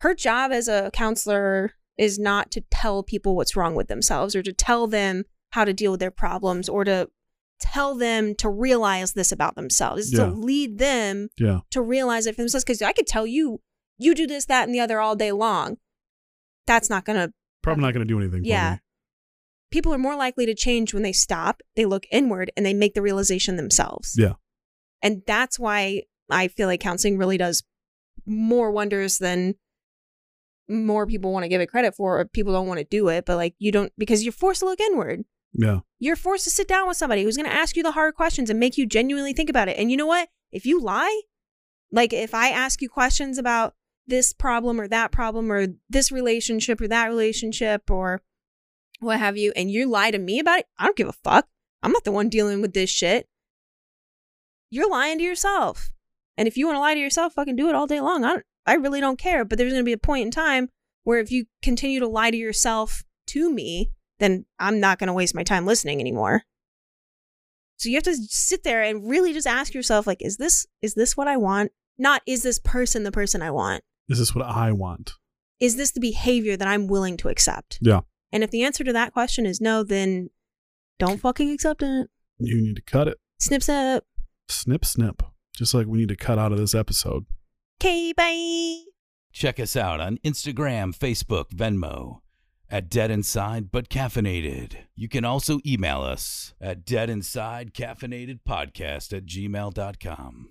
Speaker 4: her job as a counselor is not to tell people what's wrong with themselves or to tell them how to deal with their problems or to tell them to realize this about themselves It's
Speaker 1: Yeah.
Speaker 4: to lead them
Speaker 1: yeah
Speaker 4: to realize it for themselves because i could tell you you do this that and the other all day long that's not going to
Speaker 1: probably not going to do anything
Speaker 4: Yeah.
Speaker 1: for me.
Speaker 4: people are more likely to change when they stop, they look inward, and they make the realization themselves.
Speaker 1: Yeah.
Speaker 4: And that's why I feel like counseling really does more wonders than more people want to give it credit for, or people don't want to do it. But like, you don't, because you're forced to look inward.
Speaker 1: yeah
Speaker 4: You're forced to sit down with somebody who's going to ask you the hard questions and make you genuinely think about it. And you know what? If you lie, like if I ask you questions about this problem or that problem or this relationship or that relationship or what have you, and you lie to me about it, I don't give a fuck. I'm not the one dealing with this shit. You're lying to yourself. And if you want to lie to yourself, fucking do it all day long. I, don't, I really don't care. But there's going to be a point in time where if you continue to lie to yourself to me, then I'm not going to waste my time listening anymore. So you have to sit there and really just ask yourself like is this is this what I want? Not is this person the person I want?
Speaker 1: is this what I want?
Speaker 4: Is this the behavior that I'm willing to accept?
Speaker 1: Yeah.
Speaker 4: And if the answer to that question is no, then don't fucking accept it.
Speaker 1: You need to cut it.
Speaker 4: Snip snip.
Speaker 1: Snip, snip. Just like we need to cut out of this episode.
Speaker 4: Okay, bye.
Speaker 3: Check us out on Instagram, Facebook, Venmo at Dead Inside But Caffeinated. You can also email us at deadinsidecaffeinatedpodcast at gmail.com.